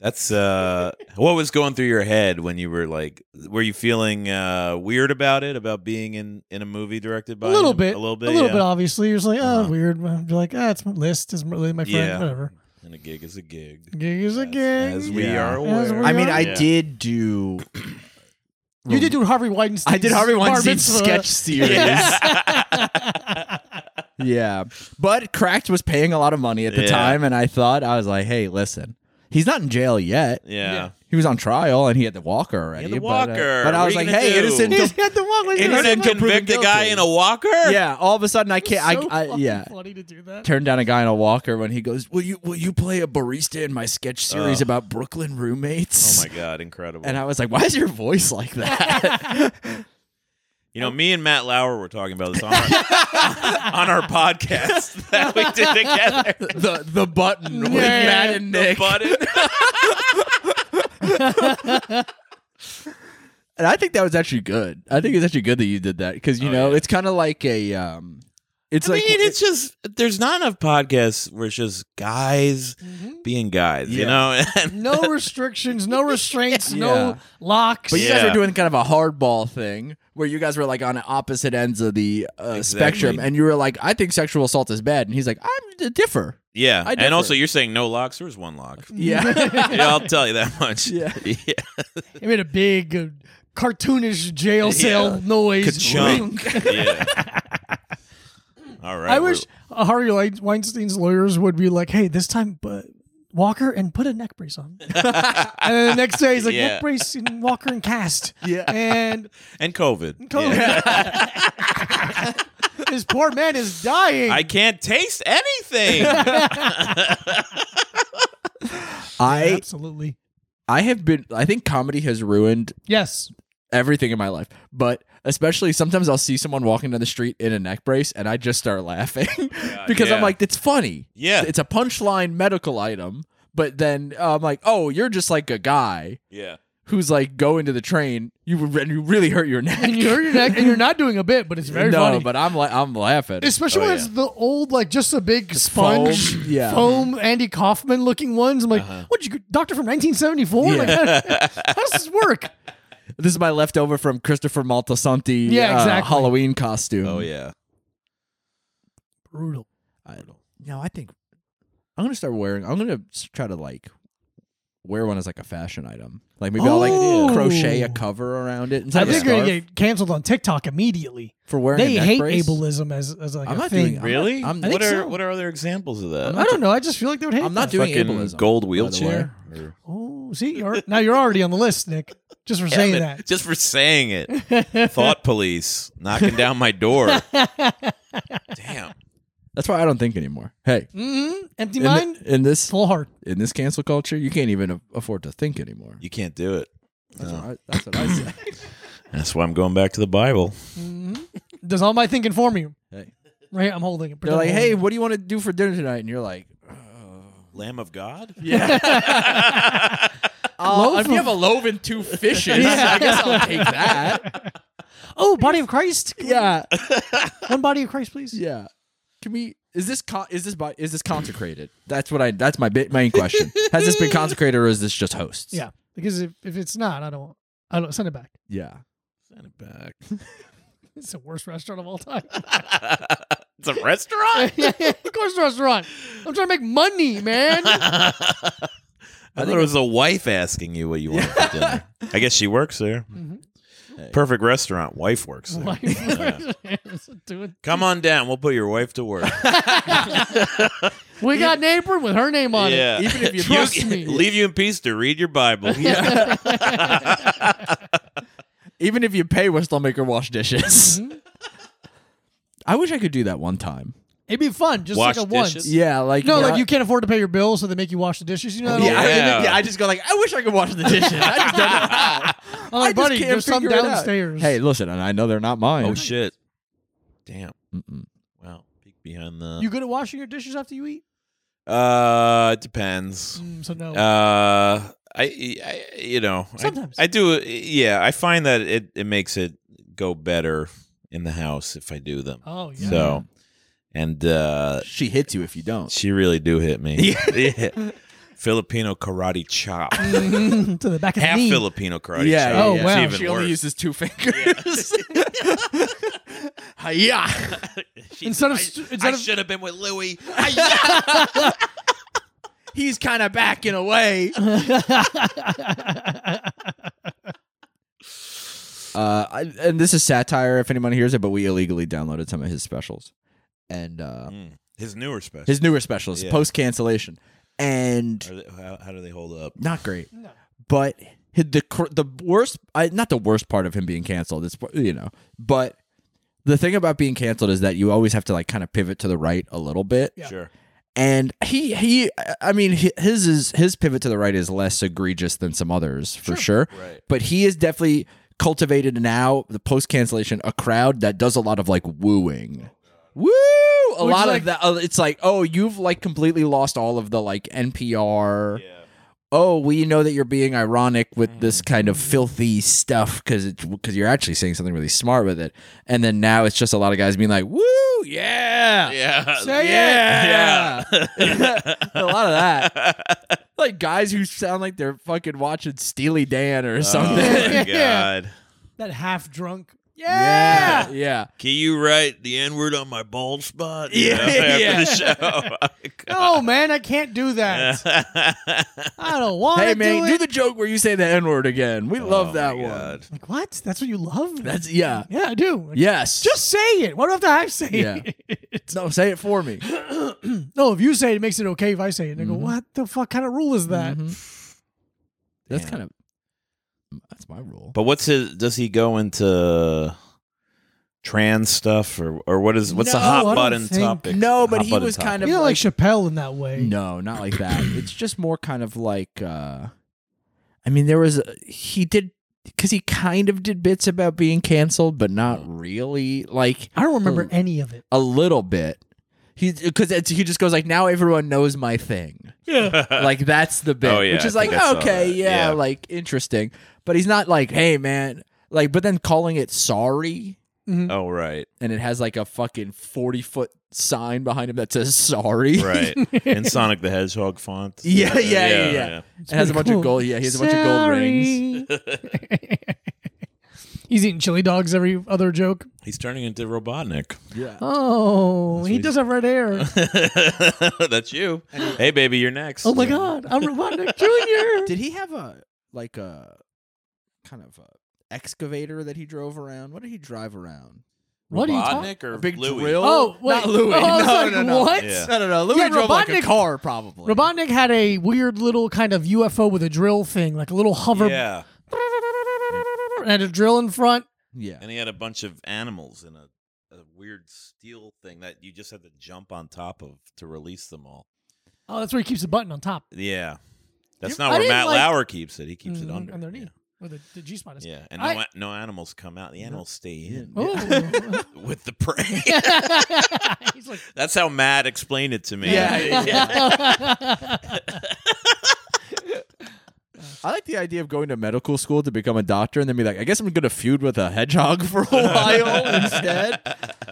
[SPEAKER 3] That's uh what was going through your head when you were like were you feeling uh weird about it about being in in a movie directed by
[SPEAKER 1] a little
[SPEAKER 3] him?
[SPEAKER 1] bit.
[SPEAKER 3] a little bit
[SPEAKER 1] A little
[SPEAKER 3] yeah.
[SPEAKER 1] bit, obviously. You're just like, oh,
[SPEAKER 3] Uh-huh.
[SPEAKER 1] weird. Well, You're like, ah, it's my list. It's really my friend.
[SPEAKER 3] Yeah.
[SPEAKER 1] Whatever.
[SPEAKER 3] and a gig is a gig
[SPEAKER 1] Gig is a
[SPEAKER 3] As-
[SPEAKER 1] gig.
[SPEAKER 3] as we
[SPEAKER 2] Yeah.
[SPEAKER 3] are
[SPEAKER 1] As
[SPEAKER 3] aware
[SPEAKER 1] we
[SPEAKER 2] I mean,
[SPEAKER 1] Yeah.
[SPEAKER 2] I
[SPEAKER 3] Yeah.
[SPEAKER 2] did do.
[SPEAKER 1] You did do Harvey Weinstein.
[SPEAKER 2] I did Harvey Weinstein's
[SPEAKER 1] [LAUGHS]
[SPEAKER 2] sketch series. yeah, but Cracked was paying a lot of money at the
[SPEAKER 3] Yeah.
[SPEAKER 2] time, and I thought I was like, "Hey, listen, he's not in jail yet.
[SPEAKER 3] yeah,
[SPEAKER 2] He was on trial, and he had the walker already.
[SPEAKER 3] He had the
[SPEAKER 2] but, uh,
[SPEAKER 3] walker.
[SPEAKER 2] But I
[SPEAKER 3] What
[SPEAKER 2] was
[SPEAKER 3] are you
[SPEAKER 2] like,
[SPEAKER 3] gonna
[SPEAKER 2] "Hey,
[SPEAKER 3] do?"
[SPEAKER 2] innocent."
[SPEAKER 1] He's
[SPEAKER 2] till-
[SPEAKER 1] got the walk like
[SPEAKER 2] Innocent
[SPEAKER 1] that.
[SPEAKER 3] Innocent
[SPEAKER 2] until proven
[SPEAKER 3] convict a guy
[SPEAKER 2] guilty.
[SPEAKER 3] in a walker
[SPEAKER 2] yeah, all of a sudden I can't.
[SPEAKER 1] So
[SPEAKER 2] I, I
[SPEAKER 1] fucking
[SPEAKER 2] yeah.
[SPEAKER 1] funny to do that.
[SPEAKER 2] Turned down a guy in a walker when he goes, "Will you will you play a barista in my sketch series about Brooklyn roommates?"
[SPEAKER 3] oh my god incredible
[SPEAKER 2] And I was like, "Why is your voice like
[SPEAKER 3] [LAUGHS]
[SPEAKER 2] that?"
[SPEAKER 3] you
[SPEAKER 2] Oh.
[SPEAKER 3] know me and Matt Lauer were talking about this on our, [LAUGHS] on our podcast [LAUGHS] that we did together
[SPEAKER 2] [LAUGHS] the the button with
[SPEAKER 1] Yeah.
[SPEAKER 2] Matt and
[SPEAKER 3] The
[SPEAKER 2] Nick.
[SPEAKER 3] button.
[SPEAKER 2] And I think that was actually good. I think it's actually good that you did that because you
[SPEAKER 3] Oh,
[SPEAKER 2] know
[SPEAKER 3] yeah.
[SPEAKER 2] it's kind of like a. um It's
[SPEAKER 3] I
[SPEAKER 2] like
[SPEAKER 3] mean, it's just there's not enough podcasts where it's just guys
[SPEAKER 1] Mhm.
[SPEAKER 3] being guys, you
[SPEAKER 2] Mm-hmm. Yeah.
[SPEAKER 3] know. [LAUGHS]
[SPEAKER 2] [LAUGHS]
[SPEAKER 3] And
[SPEAKER 1] No restrictions, no restraints, no
[SPEAKER 2] Yeah.
[SPEAKER 1] locks.
[SPEAKER 2] But you guys
[SPEAKER 3] Yeah.
[SPEAKER 2] are doing kind of a hardball thing where you guys were like on opposite ends of the uh,
[SPEAKER 3] Exactly.
[SPEAKER 2] spectrum, and you were like, "I think sexual assault is bad," and he's like, "I'm d- differ."
[SPEAKER 3] yeah,
[SPEAKER 2] I
[SPEAKER 3] and
[SPEAKER 2] differ.
[SPEAKER 3] also you're saying no locks. There's one lock.
[SPEAKER 2] [LAUGHS] Yeah,
[SPEAKER 3] yeah, I'll tell you that
[SPEAKER 2] [LAUGHS]
[SPEAKER 3] much.
[SPEAKER 2] Yeah.
[SPEAKER 3] [LAUGHS] yeah.
[SPEAKER 1] He made a big uh, cartoonish jail cell noise.
[SPEAKER 2] [LAUGHS]
[SPEAKER 3] Ka-chunk. [LAUGHS] Yeah. All right.
[SPEAKER 1] I
[SPEAKER 3] we're-
[SPEAKER 1] wish uh, Harvey Wein- Weinstein's lawyers would be like, "Hey, this time, but." Walker and put a neck brace
[SPEAKER 2] [LAUGHS]
[SPEAKER 1] on. and then the next day he's like,
[SPEAKER 3] Yeah.
[SPEAKER 1] neck brace and Walker and cast.
[SPEAKER 2] Yeah. [LAUGHS]
[SPEAKER 1] And
[SPEAKER 3] and COVID.
[SPEAKER 1] COVID.
[SPEAKER 3] Yeah.
[SPEAKER 1] [LAUGHS] this poor man is dying.
[SPEAKER 3] I can't taste
[SPEAKER 2] [LAUGHS]
[SPEAKER 3] anything.
[SPEAKER 2] I
[SPEAKER 1] Absolutely.
[SPEAKER 2] I have been. I think comedy has ruined
[SPEAKER 1] Yes.
[SPEAKER 2] everything in my life, but especially sometimes I'll see someone walking down the street in a neck brace, and I just start laughing [LAUGHS] because
[SPEAKER 3] yeah.
[SPEAKER 2] I'm like, "It's funny."
[SPEAKER 3] yeah.
[SPEAKER 2] It's a punchline medical item, but then uh, I'm like, "Oh, you're just like a guy."
[SPEAKER 3] Yeah.
[SPEAKER 2] Who's like go into the train? You and you really hurt your [LAUGHS] neck.
[SPEAKER 1] And you hurt your neck and you're not doing a bit, but it's very
[SPEAKER 2] no,
[SPEAKER 1] funny.
[SPEAKER 2] but I'm like I'm laughing.
[SPEAKER 1] Especially
[SPEAKER 3] Oh,
[SPEAKER 1] when
[SPEAKER 3] yeah.
[SPEAKER 1] it's the old, like just a big sponge,
[SPEAKER 2] foam,
[SPEAKER 1] foam,
[SPEAKER 2] yeah. Uh-huh.
[SPEAKER 1] Andy Kaufman looking ones. I'm like, what you doctor from 1974? Like, [LAUGHS] how, how does this work?
[SPEAKER 2] this is my leftover from Christopher Maltasanti
[SPEAKER 1] Yeah,
[SPEAKER 2] uh,
[SPEAKER 1] exactly.
[SPEAKER 2] Halloween costume.
[SPEAKER 3] Oh yeah.
[SPEAKER 1] Brutal.
[SPEAKER 2] I, no, I think I'm gonna start wearing. I'm gonna s- try to like wear one as like a fashion item. Like maybe I'll
[SPEAKER 1] Oh.
[SPEAKER 2] like crochet a cover around it
[SPEAKER 1] I
[SPEAKER 2] instead of a
[SPEAKER 1] think you're
[SPEAKER 2] scarf
[SPEAKER 1] gonna get canceled on TikTok immediately.
[SPEAKER 2] for wearing.
[SPEAKER 1] They
[SPEAKER 2] a neck
[SPEAKER 1] hate
[SPEAKER 2] brace.
[SPEAKER 1] ableism as as like
[SPEAKER 2] I'm
[SPEAKER 1] a
[SPEAKER 2] not
[SPEAKER 1] thing.
[SPEAKER 2] doing-
[SPEAKER 3] Really?
[SPEAKER 2] I'm- I
[SPEAKER 3] what are
[SPEAKER 2] think so.
[SPEAKER 3] what are other examples of that?
[SPEAKER 1] I don't know. I just feel like they would hate.
[SPEAKER 2] I'm not
[SPEAKER 1] that.
[SPEAKER 2] doing
[SPEAKER 3] Fucking
[SPEAKER 2] ableism.
[SPEAKER 3] gold
[SPEAKER 2] by the way.
[SPEAKER 3] wheelchair. Or-
[SPEAKER 1] Oh, see, you're, now you're already on the list, Nick. Just for saying
[SPEAKER 3] Damn it,
[SPEAKER 1] that.
[SPEAKER 3] Just for saying it. Thought police knocking down my door. Damn.
[SPEAKER 2] That's why I don't think anymore. Hey,
[SPEAKER 1] hmm Empty
[SPEAKER 2] in, the-
[SPEAKER 1] mind,
[SPEAKER 2] in this
[SPEAKER 1] full heart.
[SPEAKER 2] in this cancel culture, you can't even a- afford to think anymore.
[SPEAKER 3] You can't do it.
[SPEAKER 2] That's,
[SPEAKER 3] No. [LAUGHS]
[SPEAKER 2] what, I, that's what I say.
[SPEAKER 3] That's why I'm going back to the Bible.
[SPEAKER 1] Does all my thinking for me?
[SPEAKER 2] Hey.
[SPEAKER 1] Right, I'm holding it.
[SPEAKER 2] They're like,
[SPEAKER 1] I'm
[SPEAKER 2] hey,
[SPEAKER 1] holding
[SPEAKER 2] what do you want to do for dinner tonight? And you're like,
[SPEAKER 3] Lamb of God?
[SPEAKER 2] uh,
[SPEAKER 1] Loaf
[SPEAKER 2] if you
[SPEAKER 1] of-
[SPEAKER 2] have a loaf and two [LAUGHS] fishes,
[SPEAKER 1] Yeah.
[SPEAKER 2] I guess I'll take that.
[SPEAKER 1] it. oh, body of Christ.
[SPEAKER 2] yeah,
[SPEAKER 1] one body of Christ, please.
[SPEAKER 2] yeah. Can we? Is this con- is this bi- is this consecrated? That's what I. That's my bit, main question. Has this been consecrated or is this just hosts?
[SPEAKER 1] Yeah, because if, if it's not, I don't. I don't send it back. [LAUGHS]
[SPEAKER 2] yeah.
[SPEAKER 3] Send it back.
[SPEAKER 1] It's the worst restaurant of all time.
[SPEAKER 3] [LAUGHS] it's a
[SPEAKER 1] [LAUGHS]
[SPEAKER 3] restaurant?
[SPEAKER 1] of course, restaurant. I'm trying to make money,
[SPEAKER 3] [LAUGHS]
[SPEAKER 1] man. [LAUGHS]
[SPEAKER 3] I, thought it was a wife asking you what you wanted for dinner. I guess she works there.
[SPEAKER 1] Mhm.
[SPEAKER 3] Perfect restaurant. Wife works there.
[SPEAKER 1] Like, [LAUGHS] doing-
[SPEAKER 3] Come on down. We'll put your wife to work.
[SPEAKER 1] we got an apron with her name on it.
[SPEAKER 2] Even if you
[SPEAKER 1] Trust
[SPEAKER 3] You-
[SPEAKER 1] me.
[SPEAKER 3] Leave you in peace to read your Bible.
[SPEAKER 2] Yeah. [LAUGHS] Even if you pay, we'll still make her wash dishes. I wish I could do that one time.
[SPEAKER 1] It'd be fun, just
[SPEAKER 3] Wash
[SPEAKER 1] like a once.
[SPEAKER 3] dishes?
[SPEAKER 2] Yeah, like
[SPEAKER 1] No,
[SPEAKER 2] yeah.
[SPEAKER 1] like you can't afford to pay your bills, so they make you wash the dishes. You know, that
[SPEAKER 2] Yeah,
[SPEAKER 1] old-
[SPEAKER 2] I,
[SPEAKER 3] Yeah.
[SPEAKER 2] yeah, I just go like, I wish I could wash the dishes. I just don't know
[SPEAKER 1] I'm
[SPEAKER 2] how. [LAUGHS]
[SPEAKER 1] like,
[SPEAKER 2] I just
[SPEAKER 1] Oh, buddy,
[SPEAKER 2] can't
[SPEAKER 1] there's some
[SPEAKER 2] figure it out."
[SPEAKER 1] downstairs.
[SPEAKER 2] Hey, listen, and I know they're not mine.
[SPEAKER 3] Oh shit! Damn.
[SPEAKER 2] Mm-mm.
[SPEAKER 3] Wow. Peek behind the.
[SPEAKER 1] you good at washing your dishes after you eat?
[SPEAKER 3] uh, it depends.
[SPEAKER 1] Mm, so no.
[SPEAKER 3] Uh, I, I you know, I-
[SPEAKER 1] Sometimes.
[SPEAKER 3] I, do. Yeah, I find that it it makes it go better in the house if I do them.
[SPEAKER 1] oh yeah.
[SPEAKER 3] So, and uh,
[SPEAKER 2] She hits you if you don't.
[SPEAKER 3] she really do hit [LAUGHS] me. yeah. Filipino karate chop.
[SPEAKER 1] Mhm, [LAUGHS] to the back of
[SPEAKER 3] Half
[SPEAKER 1] the knee.
[SPEAKER 3] Filipino karate
[SPEAKER 2] Yeah,
[SPEAKER 3] chop.
[SPEAKER 1] Oh,
[SPEAKER 3] It's
[SPEAKER 1] wow.
[SPEAKER 3] even
[SPEAKER 2] she only
[SPEAKER 3] worse.
[SPEAKER 2] uses two [LAUGHS] fingers. Yeah.
[SPEAKER 3] She's-
[SPEAKER 1] Instead of
[SPEAKER 3] I-
[SPEAKER 1] stu- instead
[SPEAKER 3] I
[SPEAKER 1] of-
[SPEAKER 3] should have been
[SPEAKER 1] [LAUGHS]
[SPEAKER 3] with Louis.
[SPEAKER 2] He's kind of back in a way. Uh, I, and this is satire if anyone hears it, but we illegally downloaded some of his specials. And uh,
[SPEAKER 3] Mm. His newer special.
[SPEAKER 2] his newer specials,
[SPEAKER 3] Yeah.
[SPEAKER 2] post cancellation. And
[SPEAKER 3] Are they- how, how do they hold
[SPEAKER 1] [LAUGHS]
[SPEAKER 3] up?
[SPEAKER 2] not great.
[SPEAKER 1] No.
[SPEAKER 2] But hi- the cr- the worst, I, not the worst part of him being canceled, it's, you know, but the thing about being canceled is that you always have to like kind of pivot to the right a little bit.
[SPEAKER 1] Yeah.
[SPEAKER 3] Sure.
[SPEAKER 2] and he he i mean hi- his is his pivot to the right is less egregious than some others for sure,
[SPEAKER 3] Right.
[SPEAKER 2] but he is definitely cultivated now the post cancellation a crowd that does a lot of like wooing woo a
[SPEAKER 1] Which,
[SPEAKER 2] lot
[SPEAKER 1] like-
[SPEAKER 2] of that uh, it's like oh you've like completely lost all of the like npr
[SPEAKER 3] Yeah.
[SPEAKER 2] oh we know that you're being ironic with this kind of filthy stuff because because you're actually saying something really smart with it and then now it's just a lot of guys being like woo yeah
[SPEAKER 3] Yeah.
[SPEAKER 1] Say it.
[SPEAKER 2] yeah. [LAUGHS] a lot of that. Like guys who sound like they're fucking watching Steely Dan
[SPEAKER 1] [LAUGHS]
[SPEAKER 2] or something.
[SPEAKER 3] Oh my
[SPEAKER 1] Yeah.
[SPEAKER 3] god.
[SPEAKER 1] That half drunk.
[SPEAKER 2] [LAUGHS] yeah. Yeah.
[SPEAKER 3] Can you write the N word on my bald spot?
[SPEAKER 2] Yeah, [LAUGHS] yeah.
[SPEAKER 3] After Oh
[SPEAKER 2] [LAUGHS]
[SPEAKER 1] No, man, I can't do
[SPEAKER 3] the
[SPEAKER 1] that.
[SPEAKER 3] show.
[SPEAKER 1] I don't want
[SPEAKER 2] Hey
[SPEAKER 1] to
[SPEAKER 2] man,
[SPEAKER 1] do
[SPEAKER 2] do
[SPEAKER 1] it.
[SPEAKER 2] the joke where you say the N-word again. We
[SPEAKER 3] Oh
[SPEAKER 2] love that
[SPEAKER 3] my
[SPEAKER 2] one.
[SPEAKER 3] God.
[SPEAKER 1] like what? That's what you love?
[SPEAKER 2] That's yeah.
[SPEAKER 1] yeah, I do. Like,
[SPEAKER 2] Yes.
[SPEAKER 1] Just say it. Why do I have to I say it? [CLEARS THROAT]
[SPEAKER 2] no, say it for me.
[SPEAKER 1] no, if you say it, it makes it okay if I say it. And I go,
[SPEAKER 2] Mm-hmm.
[SPEAKER 1] what the fuck kind of rule is that?
[SPEAKER 2] That's
[SPEAKER 3] Damn.
[SPEAKER 2] kind of that's my rule.
[SPEAKER 3] But what's his? Does he go into trans stuff or or what is what's the
[SPEAKER 1] No, I
[SPEAKER 3] hot
[SPEAKER 1] don't
[SPEAKER 3] button
[SPEAKER 1] think-
[SPEAKER 3] topic?
[SPEAKER 2] no, but
[SPEAKER 3] Hot
[SPEAKER 2] he
[SPEAKER 3] button
[SPEAKER 2] was
[SPEAKER 3] topic.
[SPEAKER 2] kind of
[SPEAKER 1] You know, like
[SPEAKER 2] like,
[SPEAKER 1] Chappelle in that way.
[SPEAKER 2] No, not like [CLEARS THROAT] that. it's just more kind of like uh I mean there was a, he did cuz he kind of did bits about being canceled but not really like
[SPEAKER 1] I don't remember
[SPEAKER 2] Mm.
[SPEAKER 1] any of it.
[SPEAKER 2] a little bit. He cuz he just goes like now everyone knows my thing.
[SPEAKER 1] Yeah.
[SPEAKER 3] [LAUGHS]
[SPEAKER 2] like that's the bit
[SPEAKER 3] Uh, Oh, yeah,
[SPEAKER 2] which is
[SPEAKER 3] I
[SPEAKER 2] like
[SPEAKER 3] think I saw
[SPEAKER 2] okay,
[SPEAKER 3] that.
[SPEAKER 2] yeah,
[SPEAKER 3] Yeah.
[SPEAKER 2] like interesting. But he's not like hey man, like but then calling it sorry
[SPEAKER 3] Oh right,
[SPEAKER 2] and it has like a fucking 40 foot sign behind him that says sorry. [LAUGHS]
[SPEAKER 3] right. In Sonic the Hedgehog font.
[SPEAKER 2] Yeah, yeah, yeah, yeah. It has a bunch of gold. Yeah, he has a bunch of gold rings.
[SPEAKER 1] [LAUGHS] He's eating chili dogs every other joke.
[SPEAKER 3] He's turning
[SPEAKER 2] [LAUGHS]
[SPEAKER 3] into Robotnik.
[SPEAKER 2] Yeah.
[SPEAKER 1] Oh, he
[SPEAKER 3] what
[SPEAKER 1] does have red hair.
[SPEAKER 3] [LAUGHS]
[SPEAKER 2] [LAUGHS]
[SPEAKER 3] That's you. Hey, baby, you're next.
[SPEAKER 1] Oh my God, I'm Robotnik
[SPEAKER 2] [LAUGHS]
[SPEAKER 1] Jr.
[SPEAKER 2] Did he have a like a kind of a excavator that he drove around? What did he drive around?
[SPEAKER 1] What are you talking?
[SPEAKER 3] Robotnik or
[SPEAKER 2] a big
[SPEAKER 3] Louis?
[SPEAKER 2] drill?
[SPEAKER 1] Oh, wait.
[SPEAKER 2] not Louis.
[SPEAKER 1] Oh, I was
[SPEAKER 2] no,
[SPEAKER 1] like,
[SPEAKER 2] no, no.
[SPEAKER 1] what?
[SPEAKER 3] Yeah.
[SPEAKER 2] No, no, no. Louis
[SPEAKER 1] Yeah,
[SPEAKER 2] drove like a
[SPEAKER 1] Robotnik-
[SPEAKER 2] car, probably.
[SPEAKER 1] Robotnik had a weird little kind of UFO with a drill thing, like a little hover,
[SPEAKER 3] Yeah,
[SPEAKER 1] [LAUGHS] and had a drill in front.
[SPEAKER 2] Yeah.
[SPEAKER 3] and he had a bunch of animals in a, a weird steel thing that you just had to jump on top of to release them all.
[SPEAKER 1] Oh, that's where he keeps the button on top.
[SPEAKER 3] Yeah, that's
[SPEAKER 2] You-
[SPEAKER 3] not
[SPEAKER 1] I
[SPEAKER 3] where
[SPEAKER 1] didn't
[SPEAKER 3] Matt
[SPEAKER 1] like-
[SPEAKER 3] Lauer keeps it. He keeps it
[SPEAKER 1] Mhm,
[SPEAKER 3] under
[SPEAKER 1] underneath. Where the, the G spot [LAUGHS] is.
[SPEAKER 3] Yeah, and no,
[SPEAKER 1] I-
[SPEAKER 3] no animals come out. The animals stay
[SPEAKER 1] [LAUGHS]
[SPEAKER 3] in [LAUGHS]
[SPEAKER 1] Oh.
[SPEAKER 3] with the prey.
[SPEAKER 1] He's like,
[SPEAKER 3] [LAUGHS] That's how Matt explained it to
[SPEAKER 1] [LAUGHS]
[SPEAKER 3] me.
[SPEAKER 2] Yeah.
[SPEAKER 1] yeah.
[SPEAKER 2] I like the idea of going to medical school to become a doctor and then be like, I guess I'm going to feud with a hedgehog for a while instead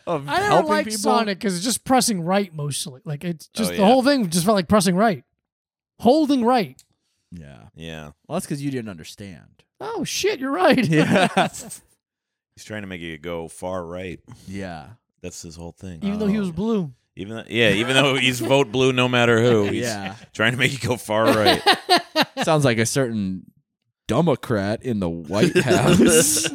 [SPEAKER 2] of
[SPEAKER 1] I never
[SPEAKER 2] helping
[SPEAKER 1] liked
[SPEAKER 2] people.
[SPEAKER 1] Sonic because it's just pressing right mostly. Like it's just
[SPEAKER 3] Oh,
[SPEAKER 1] the
[SPEAKER 3] yeah.
[SPEAKER 1] whole thing just felt like pressing right, holding right.
[SPEAKER 2] Yeah.
[SPEAKER 3] [LAUGHS] yeah.
[SPEAKER 2] Well, that's because you didn't understand.
[SPEAKER 1] Oh shit, you're right.
[SPEAKER 2] Yeah.
[SPEAKER 3] He's trying to make it go far right.
[SPEAKER 2] yeah.
[SPEAKER 3] That's his whole thing.
[SPEAKER 1] [LAUGHS] Even though he was
[SPEAKER 2] Oh.
[SPEAKER 1] blue.
[SPEAKER 3] Even though, yeah, even though he's vote blue no matter
[SPEAKER 1] [LAUGHS]
[SPEAKER 3] who. He's
[SPEAKER 2] Yeah.
[SPEAKER 3] trying to make you go far right.
[SPEAKER 2] Sounds like a certain Democrat in the White
[SPEAKER 3] [LAUGHS]
[SPEAKER 2] House.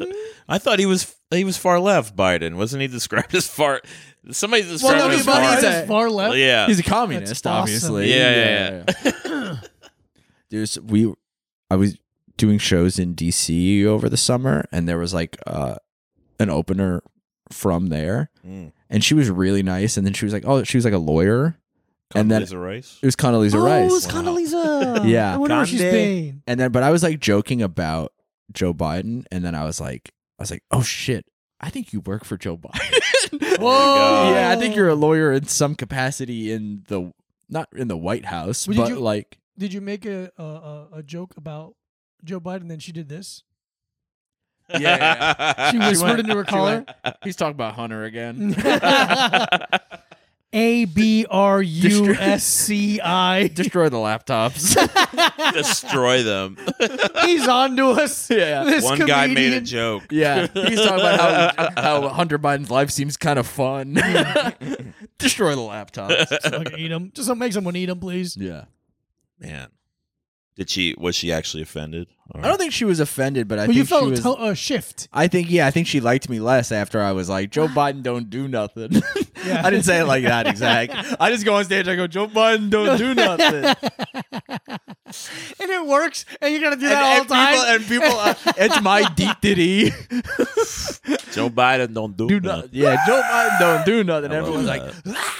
[SPEAKER 3] I thought he was he was far left. Biden wasn't he described as far? Somebody described
[SPEAKER 2] no,
[SPEAKER 3] him as
[SPEAKER 2] he- but
[SPEAKER 3] far.
[SPEAKER 2] he's
[SPEAKER 1] far,
[SPEAKER 2] a-
[SPEAKER 1] far left.
[SPEAKER 3] yeah,
[SPEAKER 2] He's a communist,
[SPEAKER 1] awesome.
[SPEAKER 2] obviously.
[SPEAKER 3] Yeah, yeah,
[SPEAKER 2] There's we I was doing shows in DC over the summer and there was like uh an opener from there
[SPEAKER 3] [COUGHS] Mm.
[SPEAKER 2] and she was really nice and then she was like, Oh, she was like a lawyer. And then
[SPEAKER 3] Condoleezza Rice. [LAUGHS]
[SPEAKER 2] it was Condoleezza
[SPEAKER 1] Oh,
[SPEAKER 2] Rice.
[SPEAKER 1] it's
[SPEAKER 3] Wow.
[SPEAKER 1] [LAUGHS] Condoleezza.
[SPEAKER 2] Yeah.
[SPEAKER 1] I wonder where she's
[SPEAKER 3] Conde.
[SPEAKER 1] been.
[SPEAKER 2] And then, but I was like joking about Joe Biden, and then I was like, I was like, oh shit, I think you work for Joe [LAUGHS] Biden. Oh
[SPEAKER 3] Whoa. God.
[SPEAKER 2] yeah, I think you're a lawyer in some capacity in the not in the White House,
[SPEAKER 1] Well, did
[SPEAKER 2] but
[SPEAKER 1] you-
[SPEAKER 2] like,
[SPEAKER 1] Did you make a, a- a a joke about Joe Biden? Then she did this.
[SPEAKER 2] Yeah, yeah,
[SPEAKER 1] She
[SPEAKER 3] [LAUGHS]
[SPEAKER 1] whispered into her
[SPEAKER 2] [LAUGHS] she
[SPEAKER 1] collar.
[SPEAKER 2] went- he's talking about Hunter again. [LAUGHS]
[SPEAKER 1] [LAUGHS] A B R U S C
[SPEAKER 2] [LAUGHS]
[SPEAKER 1] I.
[SPEAKER 2] Destroy the laptops.
[SPEAKER 3] destroy [LAUGHS] them.
[SPEAKER 1] [LAUGHS] He's on to us.
[SPEAKER 2] [LAUGHS] [LAUGHS] yeah.
[SPEAKER 1] This
[SPEAKER 3] One guy made a
[SPEAKER 1] comedian.
[SPEAKER 3] joke. [LAUGHS]
[SPEAKER 2] Yeah, he's talking about how, how Hunter Biden's life seems kind of fun. [LAUGHS] Destroy the laptops.
[SPEAKER 1] Just fucking eat him. Just make someone eat him, please.
[SPEAKER 2] Yeah,
[SPEAKER 3] Man, did she? Was she actually offended? Or-
[SPEAKER 2] I don't think she was offended, but I
[SPEAKER 1] but
[SPEAKER 2] think
[SPEAKER 1] you felt
[SPEAKER 2] she
[SPEAKER 1] a
[SPEAKER 2] was.
[SPEAKER 1] to- a shift.
[SPEAKER 2] I think yeah, I think she liked me less after I was like,
[SPEAKER 1] [SIGHS]
[SPEAKER 2] Joe Biden don't do nothing. [LAUGHS]
[SPEAKER 1] Yeah.
[SPEAKER 2] I didn't say it like that exact. I just go on stage, I go, Joe Biden don't
[SPEAKER 1] [LAUGHS]
[SPEAKER 2] do nothing. and,
[SPEAKER 1] and it works, and you gotta do that all
[SPEAKER 2] and
[SPEAKER 1] the time.
[SPEAKER 2] people, and people, uh, it's my deep ditty. [LAUGHS]
[SPEAKER 3] Joe Biden don't do,
[SPEAKER 2] do
[SPEAKER 3] nothing.
[SPEAKER 2] nothing. Yeah, Joe Biden don't do nothing.
[SPEAKER 3] I love
[SPEAKER 2] Everyone's like,
[SPEAKER 3] that.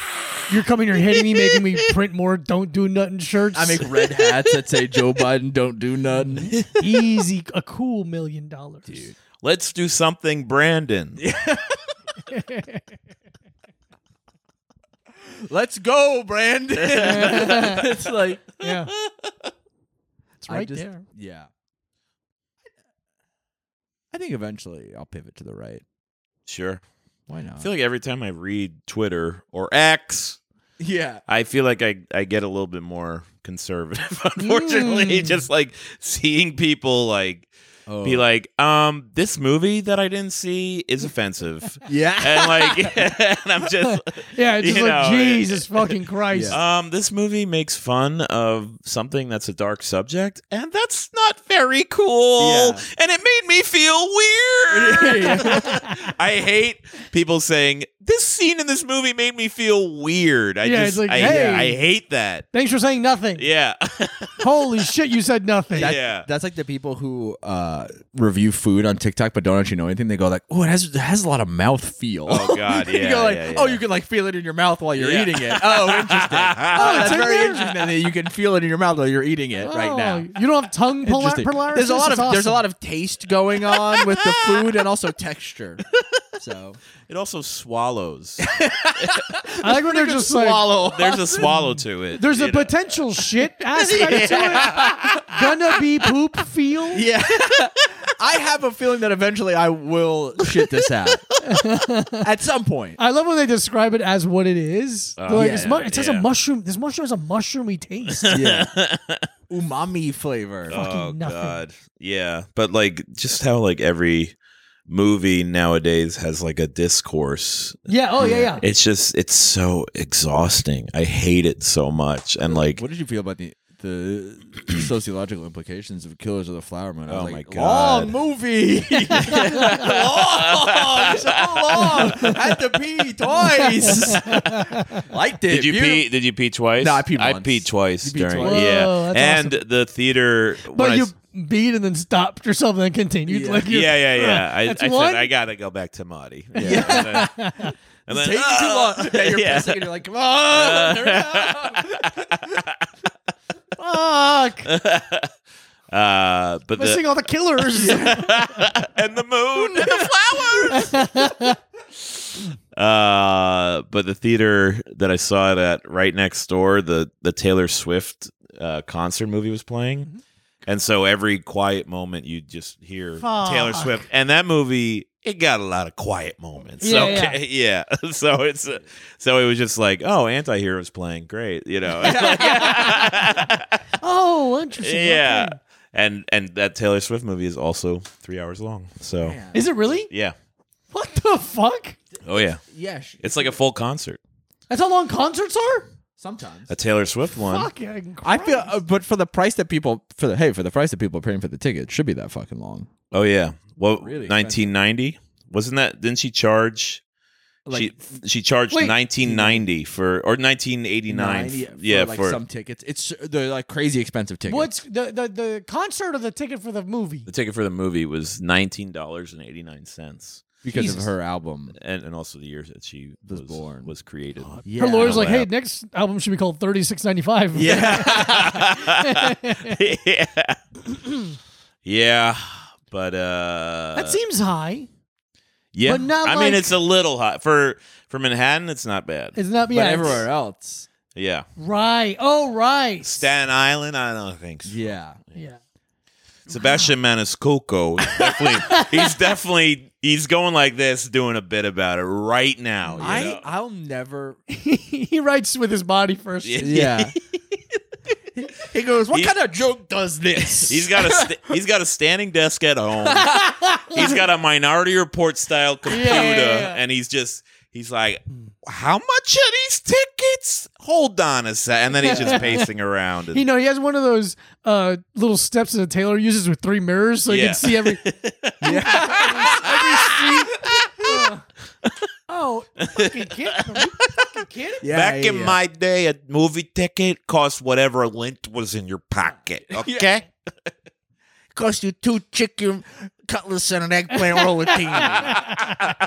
[SPEAKER 1] You're coming, you're hitting me, making
[SPEAKER 2] [LAUGHS]
[SPEAKER 1] me print more "Don't Do Nothing" shirts.
[SPEAKER 2] I make red hats that say Joe Biden don't
[SPEAKER 1] [LAUGHS]
[SPEAKER 2] do nothing.
[SPEAKER 1] easy, a cool million dollars.
[SPEAKER 3] Let's do something, Brandon.
[SPEAKER 2] Let's go,
[SPEAKER 1] [LAUGHS]
[SPEAKER 2] Brandon. it's like [LAUGHS]
[SPEAKER 1] Yeah, it's
[SPEAKER 2] I
[SPEAKER 1] right
[SPEAKER 2] just-
[SPEAKER 1] there.
[SPEAKER 2] Yeah. I think eventually I'll pivot to the right.
[SPEAKER 3] Sure.
[SPEAKER 2] Why
[SPEAKER 3] I
[SPEAKER 2] not?
[SPEAKER 3] feel like every time I read Twitter or X,
[SPEAKER 2] yeah.
[SPEAKER 3] I feel like I, I get a little bit more conservative, [LAUGHS] unfortunately.
[SPEAKER 1] Mm.
[SPEAKER 3] Just like seeing people like
[SPEAKER 2] Oh.
[SPEAKER 3] be like, um, this movie that I didn't see is offensive.
[SPEAKER 2] [LAUGHS]
[SPEAKER 3] [LAUGHS]
[SPEAKER 2] yeah.
[SPEAKER 3] and like and I'm
[SPEAKER 1] [LAUGHS]
[SPEAKER 3] just
[SPEAKER 1] Yeah, it's
[SPEAKER 3] You
[SPEAKER 1] just like
[SPEAKER 3] know, it-
[SPEAKER 1] Jesus fucking Christ.
[SPEAKER 2] Yeah.
[SPEAKER 3] um this movie makes fun of something that's a dark subject and that's not very cool
[SPEAKER 2] Yeah.
[SPEAKER 3] and it made me feel weird.
[SPEAKER 1] [LAUGHS]
[SPEAKER 3] I hate people saying this scene in this movie made me feel weird. I
[SPEAKER 1] Yeah,
[SPEAKER 3] just
[SPEAKER 1] it's like,
[SPEAKER 3] I,
[SPEAKER 1] hey.
[SPEAKER 3] I hate that.
[SPEAKER 1] Thanks for saying nothing.
[SPEAKER 3] Yeah.
[SPEAKER 1] Holy shit, you said nothing.
[SPEAKER 3] That-
[SPEAKER 2] That's,
[SPEAKER 3] Yeah.
[SPEAKER 2] that's like the people who uh, review food on TikTok but don't actually know anything. They go like, "Oh, it has it has a lot of mouth feel."
[SPEAKER 3] Oh,
[SPEAKER 2] [LAUGHS]
[SPEAKER 3] God,
[SPEAKER 2] you
[SPEAKER 3] yeah,
[SPEAKER 2] go like,
[SPEAKER 3] yeah,
[SPEAKER 2] "Oh,
[SPEAKER 3] yeah.
[SPEAKER 2] you can like feel it in your mouth while you're
[SPEAKER 3] Yeah.
[SPEAKER 2] eating it." Oh,
[SPEAKER 3] [LAUGHS]
[SPEAKER 2] interesting. oh,
[SPEAKER 1] it's
[SPEAKER 2] that's
[SPEAKER 1] in
[SPEAKER 2] very
[SPEAKER 1] there?
[SPEAKER 2] interesting that you can feel it in your mouth while you're eating it right
[SPEAKER 1] Oh,
[SPEAKER 2] now.
[SPEAKER 1] you don't have tongue polar-
[SPEAKER 2] Interesting.
[SPEAKER 1] paralysis.
[SPEAKER 2] There's a lot of
[SPEAKER 1] That's awesome.
[SPEAKER 2] there's a lot of taste going on with
[SPEAKER 1] [LAUGHS]
[SPEAKER 2] the food and also texture. So
[SPEAKER 3] It also swallows.
[SPEAKER 1] I like when
[SPEAKER 2] [LAUGHS]
[SPEAKER 1] they're [LAUGHS] just like,
[SPEAKER 2] swallow.
[SPEAKER 3] There's a swallow to it.
[SPEAKER 1] There's
[SPEAKER 3] you
[SPEAKER 1] a
[SPEAKER 3] know?
[SPEAKER 1] potential
[SPEAKER 2] [LAUGHS]
[SPEAKER 1] shit aspect to it. Gonna be poop feel.
[SPEAKER 2] Yeah. [LAUGHS] I have a feeling that eventually I will shit this out
[SPEAKER 1] [LAUGHS]
[SPEAKER 2] at some point.
[SPEAKER 1] I love when they describe it as what it is. They're
[SPEAKER 3] Uh,
[SPEAKER 1] like,
[SPEAKER 2] yeah,
[SPEAKER 1] it's mu- it has
[SPEAKER 3] yeah.
[SPEAKER 1] a mushroom. This mushroom has a mushroomy
[SPEAKER 2] [LAUGHS]
[SPEAKER 1] taste. [LAUGHS]
[SPEAKER 2] Yeah. Umami flavor.
[SPEAKER 1] fucking nothing.
[SPEAKER 3] Oh, Yeah, but like just how like every movie nowadays has like a discourse.
[SPEAKER 1] yeah. Oh yeah. Yeah.
[SPEAKER 3] It's just it's so exhausting. I hate it so much. And like
[SPEAKER 2] What did you feel about the
[SPEAKER 1] [CLEARS THROAT]
[SPEAKER 2] the sociological implications of Killers of the Flower Moon? I was
[SPEAKER 3] Oh
[SPEAKER 2] like,
[SPEAKER 3] my
[SPEAKER 2] long
[SPEAKER 3] God.
[SPEAKER 2] movie,
[SPEAKER 3] [LAUGHS]
[SPEAKER 2] [LAUGHS] long, so long. Had to pee
[SPEAKER 3] [LAUGHS]
[SPEAKER 2] twice. Liked it.
[SPEAKER 3] did you, pee? Did you pee twice?
[SPEAKER 2] No, I peed
[SPEAKER 3] I
[SPEAKER 2] once.
[SPEAKER 3] peed twice
[SPEAKER 2] You peed
[SPEAKER 3] during.
[SPEAKER 2] twice.
[SPEAKER 3] Yeah,
[SPEAKER 1] Whoa, that's
[SPEAKER 3] and the theater. when
[SPEAKER 1] but
[SPEAKER 3] I
[SPEAKER 1] you
[SPEAKER 3] s-
[SPEAKER 1] beat and then stopped yourself and then continued.
[SPEAKER 2] Yeah.
[SPEAKER 1] Like you- [LAUGHS]
[SPEAKER 3] yeah, yeah, yeah. I, I
[SPEAKER 1] That's
[SPEAKER 3] said
[SPEAKER 1] one.
[SPEAKER 3] I gotta go back to Marty. Yeah. yeah. And then- and then,
[SPEAKER 2] Taking too
[SPEAKER 3] "Ah!"
[SPEAKER 2] long. Yeah, you're
[SPEAKER 3] [LAUGHS] Yeah.
[SPEAKER 2] pissing and you're like, come on. [LAUGHS]
[SPEAKER 1] Fuck.
[SPEAKER 3] Uh, but
[SPEAKER 1] Missing
[SPEAKER 3] the
[SPEAKER 1] all the killers.
[SPEAKER 3] [LAUGHS] and the moon and the flowers. Uh, but the theater that I saw it at right next door, the the Taylor Swift uh, concert movie was playing.
[SPEAKER 1] Mm-hmm.
[SPEAKER 3] And so every quiet moment you just hear Taylor
[SPEAKER 1] Fuck.
[SPEAKER 3] Swift. And that movie, it got a lot of quiet moments.
[SPEAKER 1] Yeah,
[SPEAKER 3] okay. [LAUGHS] Yeah. So it's uh, so it was just like, oh, anti-hero's playing. Great,
[SPEAKER 1] [LAUGHS]
[SPEAKER 3] you know.
[SPEAKER 1] [LAUGHS] oh, interesting.
[SPEAKER 3] [LAUGHS] yeah.
[SPEAKER 1] Okay.
[SPEAKER 3] And and that Taylor Swift movie is also 3 hours long. So
[SPEAKER 1] Is it really?
[SPEAKER 3] yeah.
[SPEAKER 1] What the fuck?
[SPEAKER 3] Oh yeah.
[SPEAKER 2] Yeah, sh-
[SPEAKER 3] It's like a full concert.
[SPEAKER 1] That's how long concerts are?
[SPEAKER 2] sometimes.
[SPEAKER 3] A Taylor Swift one.
[SPEAKER 1] Fucking
[SPEAKER 2] I feel,
[SPEAKER 1] Christ.
[SPEAKER 2] uh, but for the price that people for the hey for the price that people are paying for the ticket, it should be that fucking long.
[SPEAKER 3] Oh yeah. Well,
[SPEAKER 2] Really expensive.
[SPEAKER 3] 1990 wasn't that? Didn't she charge? she she charged
[SPEAKER 1] Wait.
[SPEAKER 3] 1990 for or 1989.
[SPEAKER 2] nine,
[SPEAKER 3] f- yeah,
[SPEAKER 2] for, like some tickets. It's they're like crazy expensive tickets.
[SPEAKER 1] What's the, the the concert or the ticket for the movie?
[SPEAKER 3] the ticket for the movie was nineteen dollars and eighty nine cents,
[SPEAKER 2] because
[SPEAKER 1] Jesus.
[SPEAKER 2] of her album?
[SPEAKER 3] and and also the years that she was,
[SPEAKER 2] Was born.
[SPEAKER 3] was created.
[SPEAKER 2] Yeah,
[SPEAKER 1] Her lawyer's like,
[SPEAKER 3] Yeah.
[SPEAKER 1] "Hey, next album should be called 3695." [LAUGHS]
[SPEAKER 2] [LAUGHS]
[SPEAKER 3] Yeah, [LAUGHS] yeah, yeah. But uh,
[SPEAKER 1] that seems high.
[SPEAKER 3] yeah.
[SPEAKER 1] but not
[SPEAKER 3] I
[SPEAKER 1] like-
[SPEAKER 3] mean, it's a little hot for for Manhattan. It's not bad.
[SPEAKER 1] It's not
[SPEAKER 2] but
[SPEAKER 1] yeah, it's-
[SPEAKER 2] everywhere else,
[SPEAKER 3] yeah,
[SPEAKER 1] Right. Oh, right.
[SPEAKER 3] Staten Island. I don't think. so.
[SPEAKER 2] yeah,
[SPEAKER 1] yeah. [LAUGHS]
[SPEAKER 3] Sebastian Maniscalco, [LAUGHS] is definitely, he's definitely he's going like this, doing a bit about it right now. you
[SPEAKER 2] I
[SPEAKER 3] know?
[SPEAKER 2] I'll never.
[SPEAKER 1] he writes with his body first. [LAUGHS]
[SPEAKER 3] Yeah.
[SPEAKER 2] Yeah, he goes. What
[SPEAKER 3] He-
[SPEAKER 2] kind of joke does this?
[SPEAKER 3] He's
[SPEAKER 1] [LAUGHS]
[SPEAKER 3] got a st- he's got a standing desk at home. he's got a Minority Report style computer,
[SPEAKER 1] yeah.
[SPEAKER 3] and he's just he's like, how much are these tickets? Hold on a sec, and then
[SPEAKER 1] [LAUGHS]
[SPEAKER 3] he's just pacing around. And,
[SPEAKER 1] You know, he has one of those uh, little steps that a tailor uses with three mirrors, so you
[SPEAKER 3] Yeah.
[SPEAKER 1] can see every.
[SPEAKER 2] [LAUGHS] yeah.
[SPEAKER 1] Oh, fucking kid! Are you fucking kidding?
[SPEAKER 2] Yeah,
[SPEAKER 3] Back
[SPEAKER 2] yeah,
[SPEAKER 3] in
[SPEAKER 2] yeah.
[SPEAKER 3] my day, a movie ticket cost whatever lint was in your
[SPEAKER 1] [LAUGHS]
[SPEAKER 3] pocket. Okay.
[SPEAKER 4] cost you two chicken cutlets and an eggplant roll of
[SPEAKER 3] [LAUGHS]
[SPEAKER 4] team.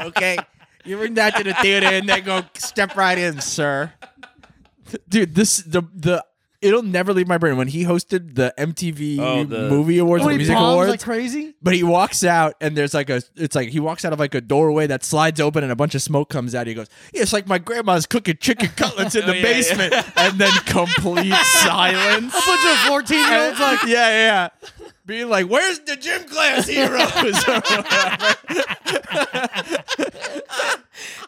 [SPEAKER 4] Okay?
[SPEAKER 2] You bring that to the theater and they go step right in, sir. Dude, this the the it'll never leave my brain when he hosted the MTV
[SPEAKER 3] Oh, the-
[SPEAKER 2] Movie Awards
[SPEAKER 1] When
[SPEAKER 2] and
[SPEAKER 1] he
[SPEAKER 2] Music
[SPEAKER 1] bombs
[SPEAKER 2] Awards.
[SPEAKER 1] like crazy.
[SPEAKER 2] but he walks out and there's like a it's like he walks out of like a doorway that slides open and a bunch of smoke comes out. He goes, yeah, "It's like my grandma's cooking chicken cutlets
[SPEAKER 3] [LAUGHS]
[SPEAKER 2] in the
[SPEAKER 3] Oh, yeah, yeah.
[SPEAKER 2] basement," and then
[SPEAKER 3] [LAUGHS]
[SPEAKER 2] complete silence.
[SPEAKER 1] A bunch of fourteen-year-olds
[SPEAKER 2] It's
[SPEAKER 1] like
[SPEAKER 2] like, yeah, yeah. Being like, where's the gym class heroes? Or whatever.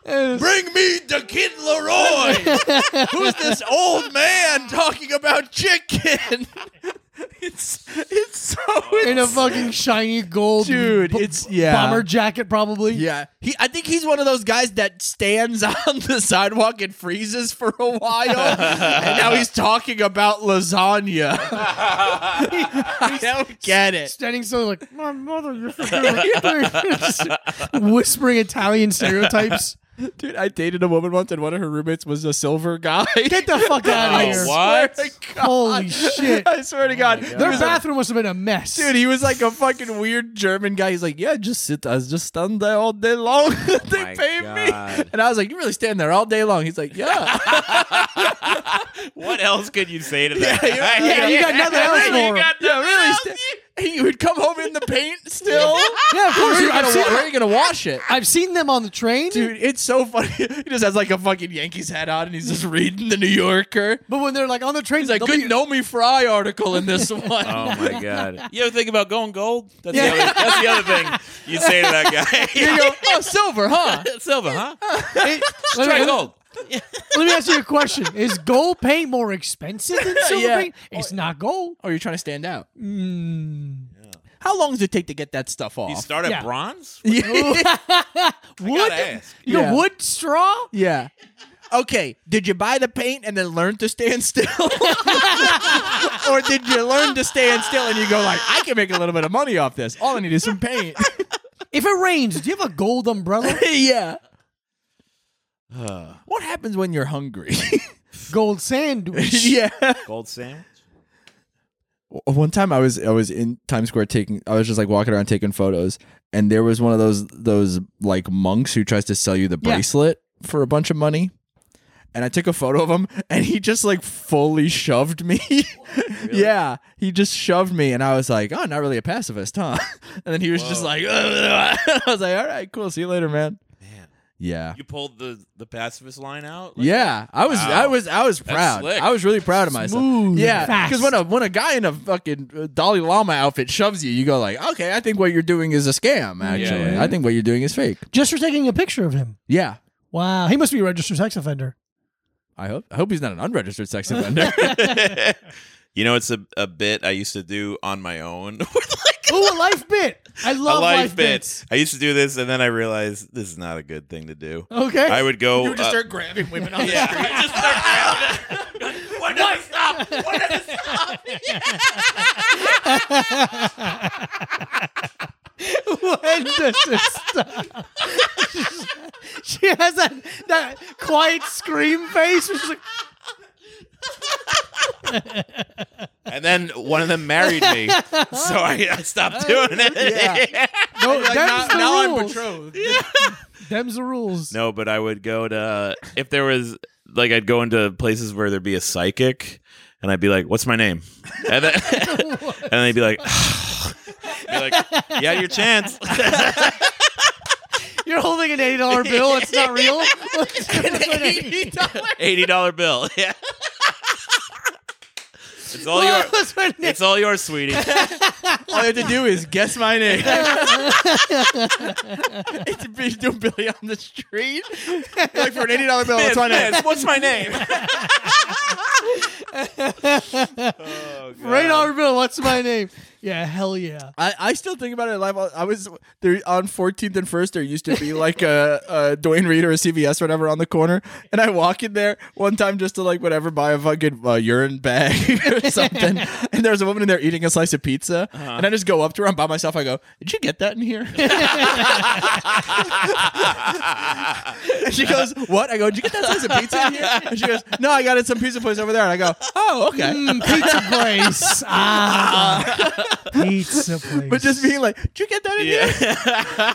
[SPEAKER 2] Bring me the kid Leroy. Who's this old man talking about chicken? [LAUGHS] it's it's so
[SPEAKER 1] in a fucking shiny gold
[SPEAKER 2] dude.
[SPEAKER 1] b-
[SPEAKER 2] It's yeah.
[SPEAKER 1] bomber jacket, probably. [LAUGHS]
[SPEAKER 2] Yeah, he. I think he's one of those guys that stands [LAUGHS] on the sidewalk and freezes for a while, and now he's talking about lasagna. I don't get it.
[SPEAKER 1] Standing so like my mother, [LAUGHS] you're just whispering Italian stereotypes.
[SPEAKER 2] Dude, I dated a woman once, and one of her roommates was a silver guy. [LAUGHS]
[SPEAKER 1] Get the fuck out
[SPEAKER 3] Oh,
[SPEAKER 1] of here! Oh
[SPEAKER 3] wow.
[SPEAKER 2] Swear to God.
[SPEAKER 1] Holy shit!
[SPEAKER 2] I swear to God,
[SPEAKER 1] Their
[SPEAKER 2] There's a-
[SPEAKER 1] bathroom must have been a mess,
[SPEAKER 2] Dude, he was like a fucking weird German guy. He's like, yeah, I just sit, I just stand there all day long. [LAUGHS]
[SPEAKER 1] Oh
[SPEAKER 2] they
[SPEAKER 3] my
[SPEAKER 2] paid me,
[SPEAKER 3] God.
[SPEAKER 2] and I was like, you really stand there all day long? He's like,
[SPEAKER 1] [LAUGHS]
[SPEAKER 2] yeah.
[SPEAKER 3] What else could you say to that?
[SPEAKER 2] Yeah,
[SPEAKER 3] guy?
[SPEAKER 2] you're-
[SPEAKER 1] Yeah, you
[SPEAKER 3] [LAUGHS]
[SPEAKER 1] got nothing else
[SPEAKER 2] You
[SPEAKER 1] for him.
[SPEAKER 2] got nothing else. He would come home in the paint still.
[SPEAKER 1] [LAUGHS] Yeah, of course.
[SPEAKER 2] [LAUGHS] Where are you
[SPEAKER 1] I've
[SPEAKER 2] gonna
[SPEAKER 1] seen
[SPEAKER 2] wa-
[SPEAKER 1] them.
[SPEAKER 2] where are you gonna wash it?
[SPEAKER 1] I've seen them on the train,
[SPEAKER 2] Dude, it's so funny. [LAUGHS] He just has like a fucking Yankees hat on and he's just reading the New Yorker.
[SPEAKER 1] But when they're like on the train,
[SPEAKER 2] He's like,
[SPEAKER 1] they'll
[SPEAKER 2] good
[SPEAKER 1] be-
[SPEAKER 2] Nomi Fry article
[SPEAKER 1] [LAUGHS]
[SPEAKER 2] in this one.
[SPEAKER 3] Oh my god! You ever think about going gold? That's,
[SPEAKER 1] Yeah.
[SPEAKER 3] the, other, that's the other thing you say to that [LAUGHS] guy.
[SPEAKER 2] You [LAUGHS] go, oh, silver, huh?
[SPEAKER 3] Silver, huh?
[SPEAKER 1] Hey, let, me,
[SPEAKER 3] Try
[SPEAKER 1] let me-
[SPEAKER 3] gold.
[SPEAKER 1] let me ask you a question: Is gold paint more expensive
[SPEAKER 3] [LAUGHS]
[SPEAKER 1] than silver
[SPEAKER 2] Yeah.
[SPEAKER 1] paint? It's not gold.
[SPEAKER 2] Oh, you're trying to stand out. "Hmm, How long does it take to get that stuff
[SPEAKER 3] You [LAUGHS]
[SPEAKER 2] off?
[SPEAKER 3] start at
[SPEAKER 1] Yeah.
[SPEAKER 3] bronze?
[SPEAKER 2] [LAUGHS]
[SPEAKER 1] Wood?
[SPEAKER 3] ask.
[SPEAKER 1] You
[SPEAKER 2] Yeah.
[SPEAKER 1] know, wood straw?
[SPEAKER 2] yeah. Okay, did you buy the paint and then learn to stand still? [LAUGHS] or did you learn to stand still and you go like, I can make a little bit of money off this. All I need is some paint.
[SPEAKER 1] If it rains, do you have a gold umbrella?
[SPEAKER 2] [LAUGHS] yeah. What happens when you're hungry? [LAUGHS]
[SPEAKER 1] gold
[SPEAKER 3] [LAUGHS]
[SPEAKER 1] sandwich.
[SPEAKER 2] yeah.
[SPEAKER 3] [SIGHS] Gold sandwich?
[SPEAKER 2] W- One time I was I was in Times Square taking I was just like walking around taking photos and there was one of those those like monks who tries to sell you the
[SPEAKER 1] Yeah.
[SPEAKER 2] bracelet for a bunch of money. and I took a photo of him, and he just like fully shoved me. [LAUGHS] Yeah, he just shoved me, and I was like, "Oh, not really a pacifist, huh?" [LAUGHS] And then he was just
[SPEAKER 3] Whoa.
[SPEAKER 2] like, [LAUGHS] I was like, "All right, cool, see you later, man."
[SPEAKER 3] Man,
[SPEAKER 2] Yeah,
[SPEAKER 3] you pulled the the pacifist line out. Like,
[SPEAKER 2] yeah, I was,
[SPEAKER 3] Wow.
[SPEAKER 2] I was, I was proud.
[SPEAKER 3] slick.
[SPEAKER 2] I was really proud of myself.
[SPEAKER 1] Smooth,
[SPEAKER 2] yeah,
[SPEAKER 1] fast.
[SPEAKER 2] because when a when a guy in a fucking uh, Dalai Lama outfit shoves you, you go like, "Okay, I think what you're doing is a scam. Actually,
[SPEAKER 3] yeah.
[SPEAKER 2] I think what you're doing is fake."
[SPEAKER 1] Just for taking a picture of him.
[SPEAKER 2] Yeah,
[SPEAKER 1] Wow, he must be a registered sex offender.
[SPEAKER 2] I hope I hope he's not an
[SPEAKER 1] [LAUGHS]
[SPEAKER 2] unregistered sex offender.
[SPEAKER 3] [LAUGHS] you know, it's a, a bit I used to do on my own. [LAUGHS] like
[SPEAKER 1] Ooh, a life bit. I love
[SPEAKER 3] a life, bit. I used to do this, and then I realized this is not a good thing to do.
[SPEAKER 1] Okay. [LAUGHS]
[SPEAKER 3] I would go.
[SPEAKER 4] You would just
[SPEAKER 3] uh,
[SPEAKER 4] start grabbing women on
[SPEAKER 3] [LAUGHS] yeah,
[SPEAKER 4] the street.
[SPEAKER 3] I just start grabbing. When did I stop? When did I stop?
[SPEAKER 1] when does it stop? [LAUGHS] she has that that quiet scream face. Which is like,
[SPEAKER 3] And then one of them married [LAUGHS] me, so I, I stopped doing it.
[SPEAKER 1] no, them's the
[SPEAKER 4] now I'm
[SPEAKER 1] rules.
[SPEAKER 4] betrothed.
[SPEAKER 1] Them's the rules.
[SPEAKER 3] No, but I would go to if there was like I'd go into places where there'd be a psychic, and I'd be like, "What's my [LAUGHS] name?" And then and they'd be [LAUGHS] like, be like, "Yeah, your chance." [LAUGHS]
[SPEAKER 1] You're holding an eighty dollar bill. It's
[SPEAKER 3] [LAUGHS]
[SPEAKER 1] not real.
[SPEAKER 3] Eighty dollar bill. [LAUGHS] Yeah. It's all your.
[SPEAKER 1] [LAUGHS] What's my name?
[SPEAKER 3] It's all yours, [LAUGHS] sweetie.
[SPEAKER 2] [LAUGHS] All you have to do is guess my
[SPEAKER 1] [LAUGHS]
[SPEAKER 2] name. [LAUGHS] it's be doing Billy on the street. Like for an eighty dollar bill, it's on it.
[SPEAKER 3] what's my [LAUGHS] name? Oh, uh,
[SPEAKER 1] Radar bill. What's my name? Yeah, hell yeah.
[SPEAKER 2] I, I still think about it in life. I was there on 14th and First. There used to be like a, [LAUGHS] a Dwayne Reed or a CVS, or whatever, on the corner, and I walk in there one time just to like whatever buy a fucking uh, urine bag [LAUGHS] or something. and there was a woman in there eating a slice of pizza, and I just go up to her. I'm by myself. I go, "Did you get that in here?" [LAUGHS] And she goes, "What?" I go, "Did you get that slice of pizza in here?" And she goes, "No, I got it at some pizza place over there." And I go, "Oh, okay."
[SPEAKER 1] [LAUGHS] Mm,
[SPEAKER 2] [LAUGHS]
[SPEAKER 1] pizza place. Ah, pizza place.
[SPEAKER 2] But just being like, "Did you get that in here?"
[SPEAKER 3] yeah.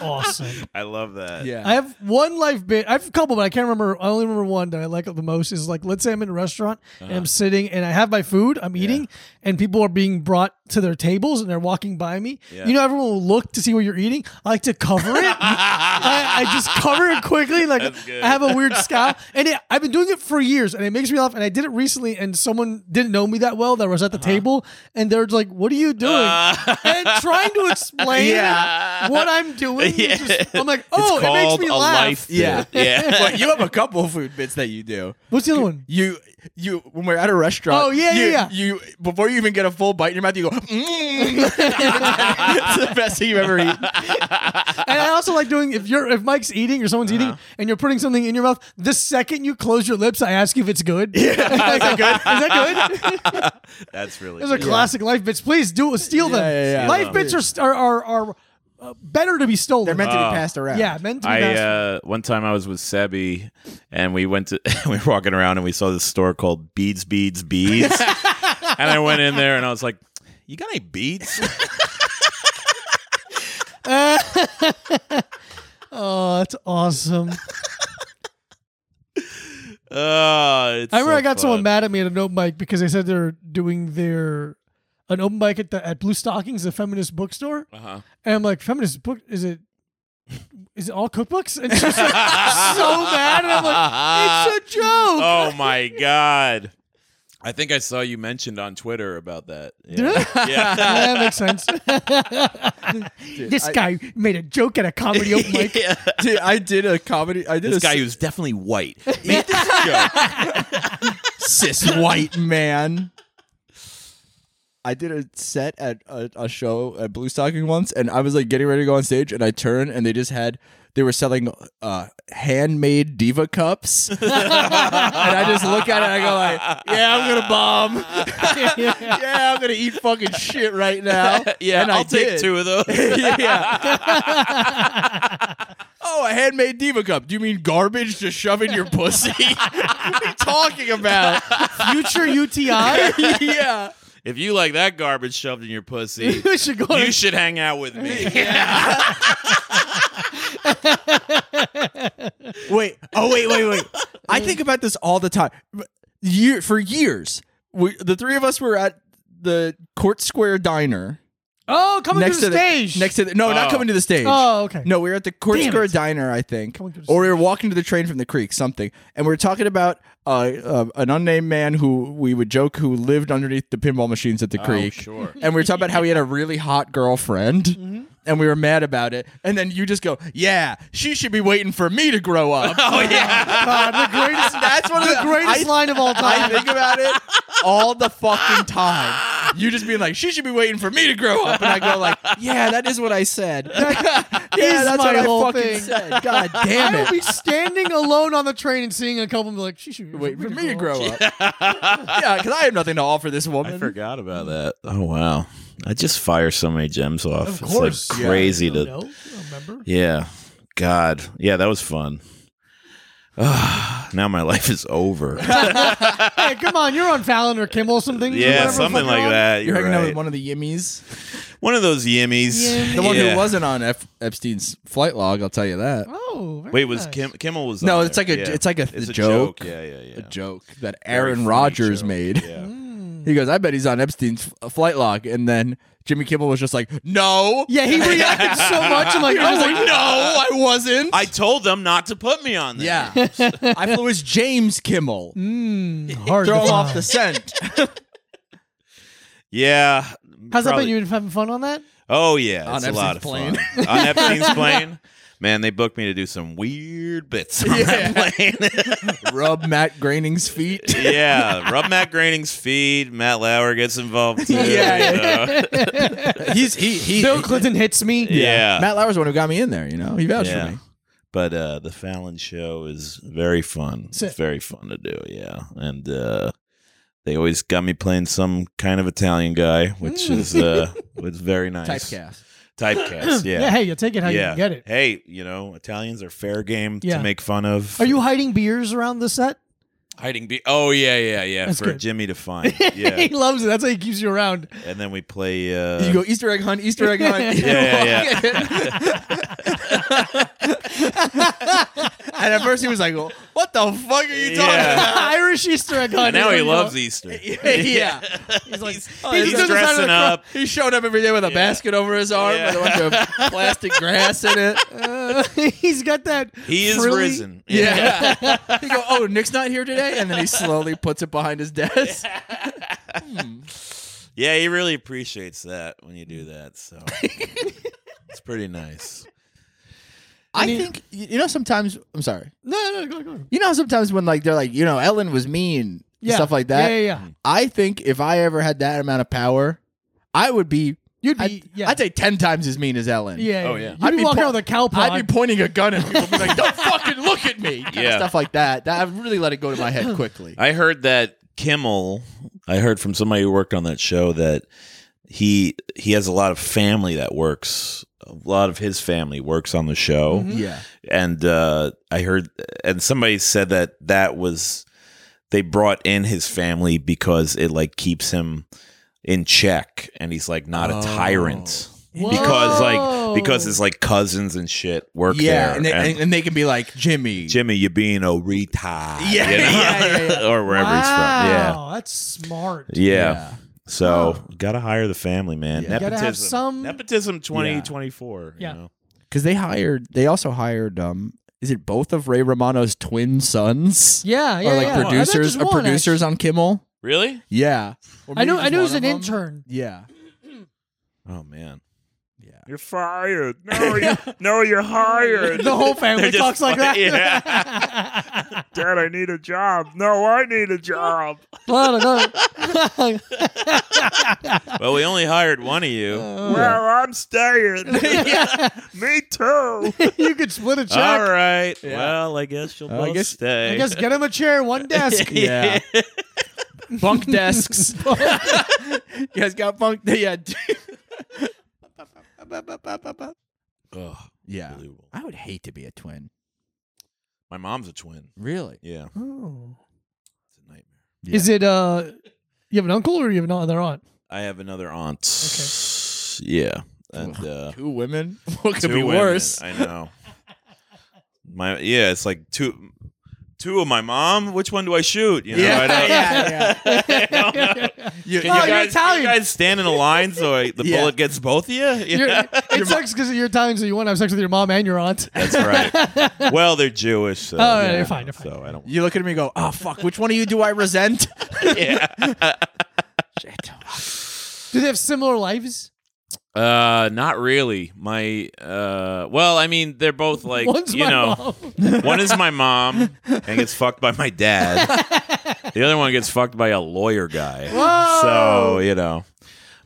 [SPEAKER 1] awesome.
[SPEAKER 3] [LAUGHS] I love that.
[SPEAKER 2] Yeah.
[SPEAKER 1] I have one life bit. I have a couple, but I can't remember. I only remember one that I like the most. Is like, let's say I'm in a restaurant
[SPEAKER 3] Uh-huh.
[SPEAKER 1] and I'm sitting and I have my food, I'm eating, and people are being brought to their tables and they're walking by me.
[SPEAKER 3] Yeah.
[SPEAKER 1] You know, everyone will look to see what you're eating. I like to cover
[SPEAKER 3] [LAUGHS]
[SPEAKER 1] it. I, I just cover it quickly. Like,
[SPEAKER 3] That's good.
[SPEAKER 1] I have a weird scowl, and it, I've been doing it for years, and it makes me laugh. And I did it recently, and someone didn't know me that well that was at the table, and they're like, "What are you doing?"
[SPEAKER 3] Uh-huh. Uh,
[SPEAKER 1] and trying
[SPEAKER 3] [LAUGHS]
[SPEAKER 1] to explain
[SPEAKER 2] Yeah.
[SPEAKER 1] what I'm doing.
[SPEAKER 3] Yeah.
[SPEAKER 1] Just, I'm like,
[SPEAKER 3] It's
[SPEAKER 1] oh, it
[SPEAKER 3] called
[SPEAKER 1] makes me
[SPEAKER 3] a
[SPEAKER 1] laugh.
[SPEAKER 3] life. bit.
[SPEAKER 2] Yeah.
[SPEAKER 3] [LAUGHS]
[SPEAKER 2] [LAUGHS]
[SPEAKER 3] yeah.
[SPEAKER 2] well, you have a couple of food bits that you do.
[SPEAKER 1] What's the other
[SPEAKER 2] [LAUGHS]
[SPEAKER 1] one?
[SPEAKER 2] You you when we're at a restaurant.
[SPEAKER 1] Oh, yeah,
[SPEAKER 2] you,
[SPEAKER 1] yeah, yeah.
[SPEAKER 2] You before you even get a full bite in your mouth,
[SPEAKER 1] [LAUGHS]
[SPEAKER 2] you go. Mm. [LAUGHS] it's the best thing you've ever eaten.
[SPEAKER 1] And I also like doing if you're if Mike's eating or someone's eating and you're putting something in your mouth, the second you close your lips, I ask you if it's good. [LAUGHS] Yeah. Is that good? Is that good?
[SPEAKER 3] That's really.
[SPEAKER 1] Those are
[SPEAKER 3] good.
[SPEAKER 1] classic life bits. Please do steal
[SPEAKER 2] Yeah,
[SPEAKER 1] them.
[SPEAKER 2] yeah, yeah.
[SPEAKER 1] Life
[SPEAKER 2] Yeah.
[SPEAKER 1] bits are st- are are, are uh, better to be stolen.
[SPEAKER 2] They're meant to be
[SPEAKER 3] Oh.
[SPEAKER 2] passed around.
[SPEAKER 1] yeah, meant to be.
[SPEAKER 3] I
[SPEAKER 1] passed.
[SPEAKER 3] uh, one time I was with Sebi, and we went to [LAUGHS] we were walking around and we saw this store called Beads Beads
[SPEAKER 1] [LAUGHS]
[SPEAKER 3] Beads, and I went in there and I was like, "You got any beads?" [LAUGHS]
[SPEAKER 1] oh, that's awesome.
[SPEAKER 3] Oh, it's
[SPEAKER 1] I remember
[SPEAKER 3] so
[SPEAKER 1] I got someone
[SPEAKER 3] fun.
[SPEAKER 1] mad at me at an open mic because they said they're doing their an open mic at the at Blue Stockings, the feminist bookstore.
[SPEAKER 3] Uh-huh.
[SPEAKER 1] And I'm like, feminist book is it is it all cookbooks? And she's like so mad. And [LAUGHS] I'm [LAUGHS] like, it's a joke.
[SPEAKER 3] [LAUGHS] Oh my god! I think I saw you mentioned on Twitter about that. Yeah, yeah.
[SPEAKER 1] [LAUGHS] Yeah, that makes sense. this
[SPEAKER 2] I-
[SPEAKER 1] guy made a joke at a comedy open
[SPEAKER 3] [LAUGHS]
[SPEAKER 1] mic.
[SPEAKER 3] Yeah.
[SPEAKER 2] Dude, I did a comedy. I did
[SPEAKER 3] This
[SPEAKER 2] a
[SPEAKER 3] guy
[SPEAKER 2] s-
[SPEAKER 3] who's
[SPEAKER 1] [LAUGHS]
[SPEAKER 3] definitely white [LAUGHS] made this joke.
[SPEAKER 2] cis white man. I did a set at a, a show at Blue Stocking once, and I was like getting ready to go on stage, and I turned, and they just had they were selling uh, handmade diva cups, [LAUGHS] and I just look at it, and I go like, "Yeah, I'm gonna bomb. [LAUGHS]
[SPEAKER 1] [LAUGHS]
[SPEAKER 2] yeah, I'm gonna eat fucking shit right [LAUGHS] now."
[SPEAKER 3] Yeah,
[SPEAKER 2] and I
[SPEAKER 3] I'll take
[SPEAKER 2] did.
[SPEAKER 3] two
[SPEAKER 1] [LAUGHS]
[SPEAKER 3] of those. [LAUGHS]
[SPEAKER 2] yeah. oh, a handmade diva cup. Do you mean garbage to shove in your pussy? [LAUGHS] what are you talking about?
[SPEAKER 1] Future UTI.
[SPEAKER 2] [LAUGHS] yeah.
[SPEAKER 3] If you like that garbage shoved in
[SPEAKER 2] [LAUGHS]
[SPEAKER 3] your pussy,
[SPEAKER 1] you should go.
[SPEAKER 3] you should hang out with me.
[SPEAKER 2] Wait. Oh, wait, wait, wait. I think about this all the time. Year for years, we, the three of us were at the Court Square Diner
[SPEAKER 1] Oh, coming
[SPEAKER 2] next
[SPEAKER 1] to the, stage.
[SPEAKER 2] next to the, no, not
[SPEAKER 3] Oh.
[SPEAKER 2] coming to the stage.
[SPEAKER 1] Oh, okay.
[SPEAKER 2] No, we were at the Court
[SPEAKER 1] Damn
[SPEAKER 2] Square
[SPEAKER 1] it.
[SPEAKER 2] Diner, I think,
[SPEAKER 1] Coming to the
[SPEAKER 2] or we were walking to the train from the creek, something, and we were talking about uh, uh, an unnamed man who we would joke who lived underneath the pinball machines at the creek,
[SPEAKER 3] Oh, sure.
[SPEAKER 2] and we were talking about how he had a really hot girlfriend,
[SPEAKER 1] Mm-hmm.
[SPEAKER 2] and we were mad about it, and then you just go, "Yeah, she should be waiting for me to grow up."
[SPEAKER 3] [LAUGHS] Oh yeah.
[SPEAKER 1] [LAUGHS] God, the greatest.
[SPEAKER 2] That's one of the,
[SPEAKER 1] the greatest
[SPEAKER 2] I-
[SPEAKER 1] line of all
[SPEAKER 2] I
[SPEAKER 1] time.
[SPEAKER 2] think about it all the fucking time. You just being like, she should be waiting for me to grow up, and I go like, yeah, that is what I said. yeah,
[SPEAKER 1] is
[SPEAKER 2] that's
[SPEAKER 1] my
[SPEAKER 2] what I
[SPEAKER 1] whole
[SPEAKER 2] fucking
[SPEAKER 1] thing.
[SPEAKER 2] said. God damn [LAUGHS]
[SPEAKER 1] I will
[SPEAKER 2] it.
[SPEAKER 1] be standing alone on the train and seeing a couple and be like, she should be
[SPEAKER 2] Wait for me to grow up. yeah, because I have nothing to offer this woman.
[SPEAKER 3] I forgot about that. Oh wow. I just fire so many gems off.
[SPEAKER 1] Of course.
[SPEAKER 3] It's like crazy
[SPEAKER 1] No,
[SPEAKER 3] to
[SPEAKER 1] no, remember?
[SPEAKER 3] Yeah. [LAUGHS] God. Yeah, that was fun. Ah, now my life is
[SPEAKER 2] [LAUGHS]
[SPEAKER 3] over.
[SPEAKER 1] Hey, come on, you're on Fallon or Kimmel, some things. or
[SPEAKER 3] yeah,
[SPEAKER 1] whatever the
[SPEAKER 3] something
[SPEAKER 1] fuck
[SPEAKER 3] like
[SPEAKER 1] you're on.
[SPEAKER 2] You're
[SPEAKER 3] that. You're,
[SPEAKER 2] hanging out
[SPEAKER 3] right.
[SPEAKER 2] with
[SPEAKER 3] one,
[SPEAKER 2] one of the yimmies.
[SPEAKER 3] of those yimmies.
[SPEAKER 1] Yimmies.
[SPEAKER 2] The one
[SPEAKER 3] Yeah.
[SPEAKER 2] who wasn't on F- Epstein's flight log, I'll tell you that.
[SPEAKER 1] Oh, very
[SPEAKER 3] Wait, was
[SPEAKER 1] nice.
[SPEAKER 3] Kim- Kimmel was?
[SPEAKER 2] No,
[SPEAKER 3] on
[SPEAKER 2] it's
[SPEAKER 3] there.
[SPEAKER 2] like a-
[SPEAKER 3] Yeah.
[SPEAKER 2] it's like a-
[SPEAKER 3] it's
[SPEAKER 2] the
[SPEAKER 3] a joke.
[SPEAKER 2] joke.
[SPEAKER 3] Yeah, yeah, yeah.
[SPEAKER 2] A joke that
[SPEAKER 3] Very
[SPEAKER 2] Aaron
[SPEAKER 3] funny
[SPEAKER 2] Rodgers
[SPEAKER 3] joke.
[SPEAKER 2] made.
[SPEAKER 3] Yeah.
[SPEAKER 2] [LAUGHS] He goes, I bet he's on Epstein's f- uh, flight log. And then Jimmy Kimmel was just like, No.
[SPEAKER 1] Yeah,
[SPEAKER 2] [LAUGHS]
[SPEAKER 1] he reacted so much. I'm like,
[SPEAKER 2] He was
[SPEAKER 1] oh,
[SPEAKER 2] like, No, I wasn't.
[SPEAKER 3] I told them not to put me on there.
[SPEAKER 2] Yeah. [LAUGHS] I flew as James Kimmel.
[SPEAKER 1] mm, hard
[SPEAKER 2] Throw
[SPEAKER 1] to
[SPEAKER 2] him off
[SPEAKER 1] find.
[SPEAKER 2] the scent.
[SPEAKER 3] Yeah.
[SPEAKER 1] How's that
[SPEAKER 3] Probably-
[SPEAKER 1] been? You been having fun on that?
[SPEAKER 3] Oh yeah,
[SPEAKER 2] On
[SPEAKER 3] it's a
[SPEAKER 2] Epstein's
[SPEAKER 3] lot of
[SPEAKER 2] plane. [LAUGHS]
[SPEAKER 3] fun. on Epstein's plane. Man, they booked me to do some weird bits on that plane. [LAUGHS]
[SPEAKER 2] Rub Matt Groening's feet.
[SPEAKER 3] yeah, rub Matt Groening's feet. Matt Lauer gets involved
[SPEAKER 2] [LAUGHS]
[SPEAKER 3] too.
[SPEAKER 2] Yeah,
[SPEAKER 3] you know?
[SPEAKER 2] He's he he
[SPEAKER 1] Bill Clinton hits me.
[SPEAKER 3] yeah.
[SPEAKER 2] Matt Lauer's the one who got me in there, you know. He
[SPEAKER 1] Oh,
[SPEAKER 2] vouched
[SPEAKER 3] Yeah.
[SPEAKER 2] for me.
[SPEAKER 3] But uh, the Fallon show is very fun. It's
[SPEAKER 1] it.
[SPEAKER 3] very fun to do. Yeah, and uh, they always got me playing some kind of Italian guy, which
[SPEAKER 1] Mm. [LAUGHS]
[SPEAKER 3] is uh, was very nice.
[SPEAKER 2] Typecast.
[SPEAKER 1] [CLEARS THROAT]
[SPEAKER 3] Typecast. Yeah.
[SPEAKER 1] Yeah, hey, you take it how
[SPEAKER 3] yeah.
[SPEAKER 1] you can get it.
[SPEAKER 3] Hey, you know, Italians are fair game
[SPEAKER 1] Yeah.
[SPEAKER 3] to make fun of.
[SPEAKER 1] Are you hiding beers around the set?
[SPEAKER 3] hiding? Be- oh yeah, yeah, yeah.
[SPEAKER 1] That's
[SPEAKER 3] for
[SPEAKER 1] good.
[SPEAKER 3] Jimmy
[SPEAKER 1] [LAUGHS]
[SPEAKER 3] to find. Yeah,
[SPEAKER 1] he loves it. That's how he keeps you around.
[SPEAKER 3] and then we play. Uh,
[SPEAKER 2] you go Easter egg hunt, Easter egg hunt.
[SPEAKER 3] Yeah, yeah,
[SPEAKER 2] [LAUGHS] and at first he was like, "What the fuck are you talking
[SPEAKER 3] Yeah.
[SPEAKER 1] [LAUGHS]
[SPEAKER 2] about?"
[SPEAKER 1] Irish Easter egg
[SPEAKER 3] and
[SPEAKER 1] hunt.
[SPEAKER 3] Ah. [LAUGHS] now
[SPEAKER 1] He's
[SPEAKER 3] he
[SPEAKER 1] like, [LAUGHS]
[SPEAKER 3] loves Easter.
[SPEAKER 2] [LAUGHS] yeah.
[SPEAKER 1] He's like,
[SPEAKER 2] he's
[SPEAKER 1] he's on the side of
[SPEAKER 3] dressing
[SPEAKER 1] the crowd.
[SPEAKER 3] up.
[SPEAKER 2] He showed up every day with a basket over his arm
[SPEAKER 3] Yeah.
[SPEAKER 2] with a bunch of plastic grass in it.
[SPEAKER 1] Uh, [LAUGHS] he's got that.
[SPEAKER 3] He is
[SPEAKER 1] frilly-
[SPEAKER 3] risen.
[SPEAKER 2] Yeah. he go, oh, Nick's not here today, and then he slowly puts it behind his
[SPEAKER 3] [LAUGHS]
[SPEAKER 2] desk. Hmm.
[SPEAKER 3] Yeah, he really appreciates that when you do that. So
[SPEAKER 1] [LAUGHS]
[SPEAKER 3] it's pretty nice.
[SPEAKER 2] I think you know sometimes. I'm sorry.
[SPEAKER 1] No, no, go, go.
[SPEAKER 2] You know sometimes when like they're like you know Ellen was mean
[SPEAKER 1] Yeah.
[SPEAKER 2] stuff like that.
[SPEAKER 1] Yeah, yeah,
[SPEAKER 3] Mm.
[SPEAKER 1] yeah.
[SPEAKER 2] I think if I ever had that amount of power, I would be.
[SPEAKER 1] You'd be.
[SPEAKER 2] I'd,
[SPEAKER 1] yeah.
[SPEAKER 2] I'd say ten times as mean as Ellen.
[SPEAKER 1] yeah.
[SPEAKER 3] Oh, yeah.
[SPEAKER 1] You'd
[SPEAKER 2] I'd
[SPEAKER 1] be
[SPEAKER 2] be
[SPEAKER 1] walking
[SPEAKER 2] po-
[SPEAKER 1] around with a cow pod.
[SPEAKER 2] I'd be pointing a gun at people and be like, [LAUGHS] don't fucking look at me. Kinda
[SPEAKER 3] Yeah.
[SPEAKER 2] Stuff like that. that. I've really let it go to my [LAUGHS] head quickly.
[SPEAKER 3] I heard that Kimmel, I heard from somebody who worked on that show that he he has a lot of family that works a lot of his family works on the show
[SPEAKER 1] Mm-hmm.
[SPEAKER 2] yeah.
[SPEAKER 3] and uh I heard and somebody said that that was they brought in his family because it like keeps him in check and he's like not a tyrant
[SPEAKER 1] Whoa.
[SPEAKER 3] because like because his like cousins and shit work
[SPEAKER 2] Yeah.
[SPEAKER 3] there
[SPEAKER 2] And they, and, and they can be like, Jimmy.
[SPEAKER 3] Jimmy, you being a
[SPEAKER 2] [LAUGHS]
[SPEAKER 3] retard.
[SPEAKER 2] Yeah,
[SPEAKER 3] you know?
[SPEAKER 2] yeah,
[SPEAKER 3] [LAUGHS]
[SPEAKER 2] yeah, yeah.
[SPEAKER 3] or wherever he's from.
[SPEAKER 1] Wow, that's smart.
[SPEAKER 3] Yeah. Yeah. So gotta hire the family, man.
[SPEAKER 2] Yeah.
[SPEAKER 1] Gotta have
[SPEAKER 3] Nepotism.
[SPEAKER 1] some-
[SPEAKER 3] Nepotism twenty
[SPEAKER 2] Yeah.
[SPEAKER 3] twenty four.
[SPEAKER 1] Yeah.
[SPEAKER 3] You know?
[SPEAKER 2] Because they hired, they also hired, um, is it both of Ray Romano's twin sons?
[SPEAKER 1] Yeah, yeah,
[SPEAKER 2] or like
[SPEAKER 1] yeah. I thought
[SPEAKER 2] producers,
[SPEAKER 1] just
[SPEAKER 2] or
[SPEAKER 1] one,
[SPEAKER 2] producers on Kimmel?
[SPEAKER 3] Really?
[SPEAKER 2] Yeah.
[SPEAKER 1] actually. I knew. I knew he was an intern.
[SPEAKER 2] Yeah.
[SPEAKER 3] Oh man.
[SPEAKER 2] Yeah.
[SPEAKER 3] You're fired. No, you no, you're hired.
[SPEAKER 1] The whole family
[SPEAKER 3] [LAUGHS] [LAUGHS] They're
[SPEAKER 1] talks
[SPEAKER 3] just
[SPEAKER 1] like that.
[SPEAKER 3] funny, [LAUGHS]
[SPEAKER 5] Dad, I need a job. No, I need a job.
[SPEAKER 1] [LAUGHS] Blah, blah,
[SPEAKER 3] [LAUGHS]
[SPEAKER 1] blah.
[SPEAKER 3] well, we only hired one of you.
[SPEAKER 1] Uh,
[SPEAKER 5] Well, I'm
[SPEAKER 1] [LAUGHS]
[SPEAKER 5] staying. [LAUGHS] Me too.
[SPEAKER 1] you could split a check.
[SPEAKER 3] All right.
[SPEAKER 2] Yeah.
[SPEAKER 3] Well, I guess you'll
[SPEAKER 2] I
[SPEAKER 3] both
[SPEAKER 2] guess-
[SPEAKER 3] stay.
[SPEAKER 1] I
[SPEAKER 3] [LAUGHS]
[SPEAKER 1] guess get him a chair, [LAUGHS] one desk.
[SPEAKER 2] Yeah.
[SPEAKER 1] [LAUGHS]
[SPEAKER 2] bunk desks. you [LAUGHS] guys got bunk. [LAUGHS] Yeah.
[SPEAKER 3] Ugh,
[SPEAKER 2] yeah.
[SPEAKER 3] unbelievable.
[SPEAKER 2] I would hate to be a twin.
[SPEAKER 3] My mom's a twin.
[SPEAKER 2] Really?
[SPEAKER 3] Yeah.
[SPEAKER 1] Oh.
[SPEAKER 3] It's a nightmare.
[SPEAKER 2] Yeah.
[SPEAKER 1] Is it? uh You have an uncle or you have another aunt?
[SPEAKER 3] I have another aunt. Yeah. And uh
[SPEAKER 2] Two women? [LAUGHS] What could
[SPEAKER 3] two
[SPEAKER 2] be
[SPEAKER 3] women.
[SPEAKER 2] worse?
[SPEAKER 3] I know.
[SPEAKER 5] my yeah, it's like two two of my mom. Which one do I shoot? You know,
[SPEAKER 2] [LAUGHS]
[SPEAKER 5] I don't-
[SPEAKER 6] yeah,
[SPEAKER 5] [LAUGHS] I don't know.
[SPEAKER 2] You-
[SPEAKER 5] Can
[SPEAKER 1] Oh,
[SPEAKER 5] you
[SPEAKER 1] you're
[SPEAKER 5] guys,
[SPEAKER 1] Italian.
[SPEAKER 5] You guys stand in a line so I, the
[SPEAKER 2] Yeah.
[SPEAKER 5] bullet gets both of you. Yeah. [LAUGHS]
[SPEAKER 1] You're, it sucks because you're Italian, so you want to have sex with your mom and your aunt.
[SPEAKER 5] That's
[SPEAKER 1] [LAUGHS]
[SPEAKER 5] right. Well, they're Jewish, so
[SPEAKER 1] Oh, yeah,
[SPEAKER 5] you
[SPEAKER 1] you're
[SPEAKER 5] know,
[SPEAKER 1] fine, you're fine.
[SPEAKER 5] So I don't.
[SPEAKER 2] You look at me and go, oh, fuck, which one of you do I resent? [LAUGHS]
[SPEAKER 1] Do they have similar lives?
[SPEAKER 5] Uh, not really. My uh, well, I mean, they're both
[SPEAKER 1] [LAUGHS]
[SPEAKER 5] like
[SPEAKER 1] One's
[SPEAKER 5] you
[SPEAKER 1] my
[SPEAKER 5] know.
[SPEAKER 1] mom.
[SPEAKER 5] [LAUGHS] One is my
[SPEAKER 1] [LAUGHS]
[SPEAKER 5] mom and gets fucked by my dad. The other one gets fucked by a
[SPEAKER 1] [LAUGHS]
[SPEAKER 5] lawyer guy. So, you know.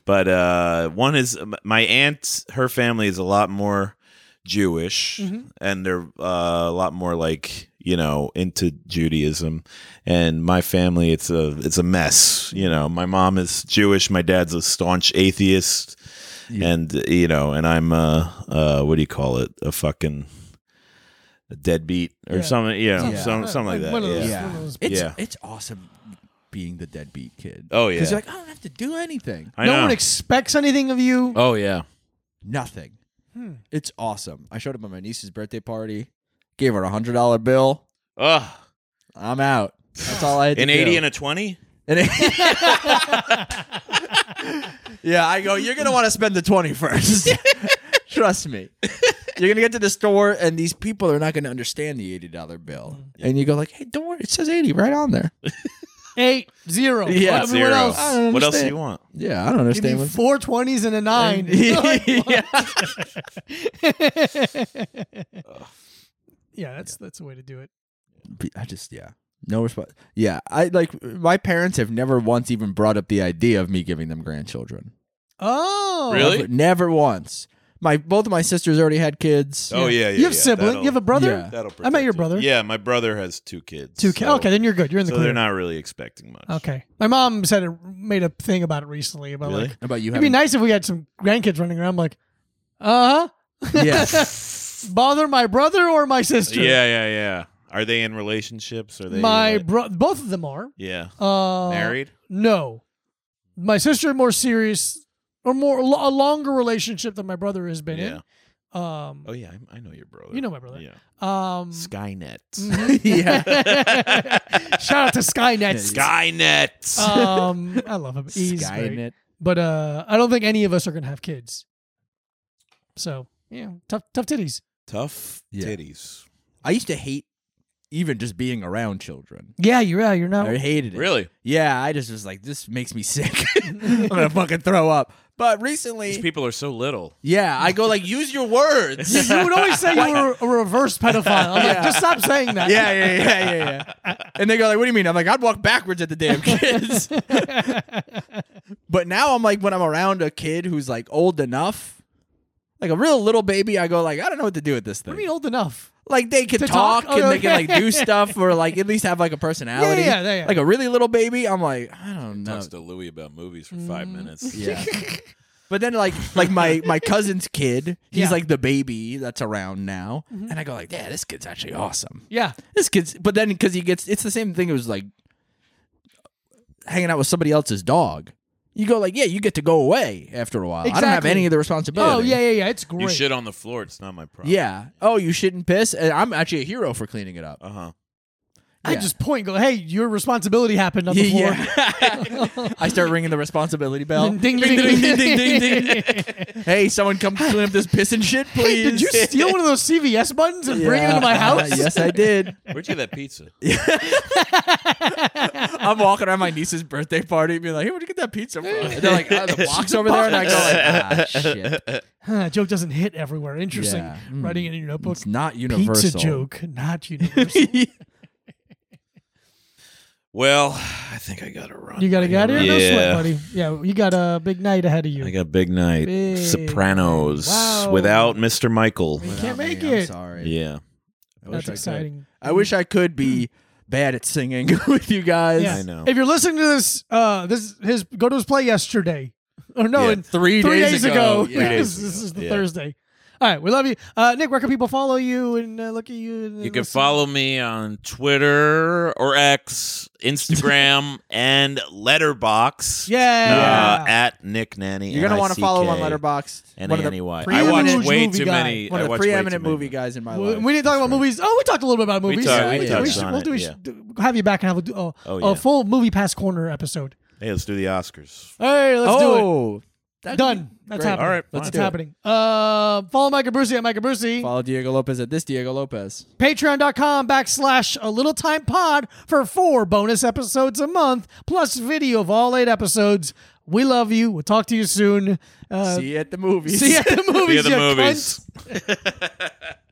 [SPEAKER 5] But uh, one is my aunt, her family is a lot more Jewish
[SPEAKER 1] Mm-hmm.
[SPEAKER 5] and they're uh, a lot more like, you know, into Judaism. And my family it's a it's a mess, you know. My mom is Jewish, my dad's a staunch atheist. And you know, and I'm uh uh what do you call it? A fucking a deadbeat or
[SPEAKER 1] Yeah.
[SPEAKER 5] something, you know,
[SPEAKER 2] Yeah.
[SPEAKER 5] some, something like that.
[SPEAKER 1] One of
[SPEAKER 5] yeah.
[SPEAKER 1] those-
[SPEAKER 2] Yeah.
[SPEAKER 1] one of those-
[SPEAKER 2] It's,
[SPEAKER 5] Yeah.
[SPEAKER 2] it's awesome being the deadbeat kid.
[SPEAKER 5] Oh yeah.
[SPEAKER 2] Because you're like, I don't have to do anything.
[SPEAKER 5] I
[SPEAKER 1] no
[SPEAKER 5] know.
[SPEAKER 1] one expects anything of you.
[SPEAKER 5] oh yeah.
[SPEAKER 2] Nothing.
[SPEAKER 1] Hmm.
[SPEAKER 2] It's awesome. I showed up at my niece's birthday party, gave her a $100 bill.
[SPEAKER 5] Ugh.
[SPEAKER 2] I'm out. That's all I had to
[SPEAKER 5] An
[SPEAKER 2] do.
[SPEAKER 5] eighty and a twenty.
[SPEAKER 2] And [LAUGHS] yeah, I go, you're going to want to spend the 20 first. [LAUGHS] Trust me. You're going to get to the store, and these people are not going to understand the $80 bill.
[SPEAKER 1] Hmm.
[SPEAKER 2] And you go like, hey, don't worry. It says 80 right on there.
[SPEAKER 1] Eight zero.
[SPEAKER 2] Yeah,
[SPEAKER 1] What-
[SPEAKER 5] Zero.
[SPEAKER 1] What else?
[SPEAKER 2] I don't
[SPEAKER 5] Oh, What else do
[SPEAKER 2] understand.
[SPEAKER 5] you want?
[SPEAKER 2] Yeah, I don't
[SPEAKER 1] Give me
[SPEAKER 2] understand what's
[SPEAKER 1] four twenties and a
[SPEAKER 5] [LAUGHS]
[SPEAKER 1] nine. [LAUGHS]
[SPEAKER 2] yeah.
[SPEAKER 1] [LAUGHS] yeah, that's that's the way to do it.
[SPEAKER 2] Be- I just yeah. No response. Yeah, I like my parents have never once even brought up the idea of me giving them grandchildren.
[SPEAKER 1] Oh,
[SPEAKER 5] Really?
[SPEAKER 2] Never, never once. My both of my sisters already had kids.
[SPEAKER 5] Oh yeah. yeah
[SPEAKER 1] you have
[SPEAKER 5] yeah.
[SPEAKER 1] sibling.
[SPEAKER 5] That'll-
[SPEAKER 1] You have a brother.
[SPEAKER 2] Yeah.
[SPEAKER 5] That'll
[SPEAKER 1] I met your
[SPEAKER 5] protect
[SPEAKER 1] brother.
[SPEAKER 5] you. Yeah, my brother has two kids.
[SPEAKER 1] Two. Ca-
[SPEAKER 5] so-
[SPEAKER 1] okay, then you're good. You're in the
[SPEAKER 5] so
[SPEAKER 1] clear.
[SPEAKER 5] they're not really expecting much.
[SPEAKER 1] Okay. My mom said it made a thing about it recently about
[SPEAKER 5] Really?
[SPEAKER 1] like
[SPEAKER 2] How about you?
[SPEAKER 1] it'd be
[SPEAKER 2] having- [LAUGHS]
[SPEAKER 1] nice if we had some grandkids running around. I'm like, uh huh.
[SPEAKER 2] Yeah.
[SPEAKER 1] [LAUGHS] Bother my brother or my sister.
[SPEAKER 5] Yeah, yeah, yeah. Are they in relationships? Are they
[SPEAKER 1] My
[SPEAKER 5] like-
[SPEAKER 1] bro, both of them are.
[SPEAKER 5] yeah
[SPEAKER 1] Uh,
[SPEAKER 5] married?
[SPEAKER 1] No, my sister more serious or more a longer relationship than my brother has been
[SPEAKER 5] Yeah.
[SPEAKER 1] in. Um,
[SPEAKER 5] Oh yeah, I, I know your brother.
[SPEAKER 1] You know my brother.
[SPEAKER 5] Yeah.
[SPEAKER 1] um,
[SPEAKER 5] Skynet.
[SPEAKER 1] [LAUGHS]
[SPEAKER 2] yeah.
[SPEAKER 1] shout out to Skynet.
[SPEAKER 5] Skynet.
[SPEAKER 1] um, I love him. He's great.
[SPEAKER 2] Skynet.
[SPEAKER 1] But uh, I don't think any of us are gonna have kids. So yeah, tough, tough titties.
[SPEAKER 5] Tough
[SPEAKER 2] Yeah.
[SPEAKER 5] titties.
[SPEAKER 2] I used to hate even just being around children.
[SPEAKER 1] Yeah, you're yeah, you're
[SPEAKER 2] I
[SPEAKER 1] not.
[SPEAKER 2] hated it.
[SPEAKER 5] Really?
[SPEAKER 2] Yeah, I just was like, this makes me sick. [LAUGHS] I'm gonna fucking throw up. But
[SPEAKER 5] These
[SPEAKER 2] recently,
[SPEAKER 5] people are so little.
[SPEAKER 2] yeah, I go like, use your words.
[SPEAKER 1] [LAUGHS]
[SPEAKER 5] [LAUGHS]
[SPEAKER 1] You, you would always say you were a reverse pedophile. I'm like,
[SPEAKER 2] Yeah.
[SPEAKER 1] just stop saying that.
[SPEAKER 2] yeah, yeah, yeah, yeah, yeah. And they go like, "What do you mean?" I'm like, "I'd walk backwards at the damn kids." [LAUGHS] but now I'm like, when I'm around a kid who's like old enough, like a real little baby, I go like, "I don't know what to do with this
[SPEAKER 1] I
[SPEAKER 2] thing."
[SPEAKER 1] mean, old enough.
[SPEAKER 2] like they can
[SPEAKER 1] To
[SPEAKER 2] talk,
[SPEAKER 1] talk?
[SPEAKER 2] and
[SPEAKER 1] Oh,
[SPEAKER 2] they can like
[SPEAKER 1] okay. [LAUGHS]
[SPEAKER 2] do stuff, or like at least have like a personality.
[SPEAKER 1] Yeah, yeah, yeah.
[SPEAKER 2] Like a really little baby, I'm like, I don't know.
[SPEAKER 5] Talks to Louis about movies for
[SPEAKER 1] Mm,
[SPEAKER 5] five
[SPEAKER 1] [LAUGHS]
[SPEAKER 5] minutes.
[SPEAKER 2] Yeah. But then like like my my cousin's kid, he's
[SPEAKER 1] Yeah. Mm-hmm.
[SPEAKER 2] like the baby that's around now, and I go like, yeah, this kid's actually awesome.
[SPEAKER 1] Yeah.
[SPEAKER 2] this kid's but then because he gets it's the same thing it was like hanging out with somebody else's dog you go like yeah you get to go away after a while i don't have
[SPEAKER 1] Exactly.
[SPEAKER 2] any of the responsibility
[SPEAKER 1] Oh yeah, yeah, yeah. It's great.
[SPEAKER 5] You shit on the floor. It's not my problem.
[SPEAKER 2] yeah oh you shouldn't piss and i'm actually a hero for cleaning it up
[SPEAKER 1] [LAUGHS]
[SPEAKER 5] Uh huh.
[SPEAKER 1] I
[SPEAKER 2] Yeah.
[SPEAKER 1] just point, and go, hey, your responsibility happened on the floor.
[SPEAKER 2] [LAUGHS] Yeah. [LAUGHS] i start ringing the responsibility bell
[SPEAKER 1] Ding, ding, ding, ding, ding, ding, ding.
[SPEAKER 2] hey someone
[SPEAKER 1] [SIGHS]
[SPEAKER 2] come clean up this piss and shit please
[SPEAKER 1] Hey, did you
[SPEAKER 2] [LAUGHS]
[SPEAKER 1] steal one of those CVS buttons and bring it into my
[SPEAKER 2] Yeah.
[SPEAKER 1] house?
[SPEAKER 2] yes i did
[SPEAKER 5] Where'd you get that pizza?
[SPEAKER 2] i'm walking around my niece's birthday party and being like hey where'd you get that
[SPEAKER 1] [LAUGHS]
[SPEAKER 2] pizza from and they're like oh, the box over there and i go like ah shit
[SPEAKER 1] Huh, joke doesn't hit everywhere. Interesting.
[SPEAKER 2] Yeah. Mm.
[SPEAKER 1] Writing it in your notebook.
[SPEAKER 2] It's not universal.
[SPEAKER 1] Pizza
[SPEAKER 2] [LAUGHS]
[SPEAKER 1] joke, not universal.
[SPEAKER 5] Well, I think I gotta run.
[SPEAKER 1] you got to get out of here? No
[SPEAKER 5] Yeah.
[SPEAKER 1] sweat, buddy. Yeah, you got a big night ahead of you.
[SPEAKER 5] I got big night.
[SPEAKER 1] Big
[SPEAKER 5] Sopranos
[SPEAKER 1] night. Wow.
[SPEAKER 5] without Mr. Michael.
[SPEAKER 1] We can't make
[SPEAKER 2] I'm
[SPEAKER 1] it.
[SPEAKER 2] sorry.
[SPEAKER 5] Yeah,
[SPEAKER 2] I wish
[SPEAKER 1] That's
[SPEAKER 2] I could.
[SPEAKER 1] exciting.
[SPEAKER 2] I wish I could be bad at singing [LAUGHS] with you guys.
[SPEAKER 1] Yeah.
[SPEAKER 5] I know.
[SPEAKER 1] If you're listening to this, uh, this his go to his play yesterday. Or no,
[SPEAKER 5] Yeah.
[SPEAKER 1] in
[SPEAKER 2] Three,
[SPEAKER 1] three days, ago.
[SPEAKER 2] Yeah.
[SPEAKER 1] This- [LAUGHS]
[SPEAKER 5] days
[SPEAKER 1] this,
[SPEAKER 5] ago.
[SPEAKER 1] is the
[SPEAKER 5] Yeah.
[SPEAKER 1] Thursday. All right, we love you, uh, Nick. Where can people follow you and uh, look at you? And,
[SPEAKER 3] You can follow me on Twitter or X, Instagram, and Letterbox.
[SPEAKER 1] Yeah.
[SPEAKER 3] Uh, at Nick Nanny.
[SPEAKER 2] You're gonna want to follow on
[SPEAKER 3] Letterbox.
[SPEAKER 2] Letterboxd.
[SPEAKER 3] And
[SPEAKER 2] one of
[SPEAKER 3] Nanny
[SPEAKER 2] the
[SPEAKER 3] Y. I
[SPEAKER 2] preeminent-
[SPEAKER 3] watch way
[SPEAKER 1] movie
[SPEAKER 3] too
[SPEAKER 1] guy.
[SPEAKER 3] many.
[SPEAKER 2] one
[SPEAKER 3] I
[SPEAKER 2] of the
[SPEAKER 3] watch way too
[SPEAKER 2] preeminent
[SPEAKER 3] many.
[SPEAKER 2] movie guys in my
[SPEAKER 1] we,
[SPEAKER 2] life.
[SPEAKER 1] we didn't talk about movies. Oh, we talked a little bit about movies.
[SPEAKER 3] talked-
[SPEAKER 2] we
[SPEAKER 1] should-
[SPEAKER 2] touched
[SPEAKER 1] should,
[SPEAKER 3] on
[SPEAKER 1] we'll
[SPEAKER 3] it,
[SPEAKER 1] do. we
[SPEAKER 3] yeah.
[SPEAKER 1] should have you back and have a, do- a,
[SPEAKER 3] Oh,
[SPEAKER 1] a
[SPEAKER 3] yeah.
[SPEAKER 1] full movie pass corner episode.
[SPEAKER 3] Hey, let's do the Oscars.
[SPEAKER 1] Hey, let's do it.
[SPEAKER 2] oh, that-
[SPEAKER 1] Done. That's
[SPEAKER 2] Great.
[SPEAKER 1] happening.
[SPEAKER 3] All right,
[SPEAKER 1] that's
[SPEAKER 3] fine.
[SPEAKER 1] what's happening. Uh, follow Micah Brucey at Micah Brucey.
[SPEAKER 2] Follow Diego Lopez at this Diego Lopez.
[SPEAKER 1] Patreon.com backslash a little time pod for four bonus episodes a month plus video of all eight episodes. We love you. We'll talk to you soon. Uh,
[SPEAKER 2] see you at the movies. [LAUGHS]
[SPEAKER 1] see you at the movies.
[SPEAKER 3] See you at the
[SPEAKER 1] you
[SPEAKER 3] movies.
[SPEAKER 1] cunts.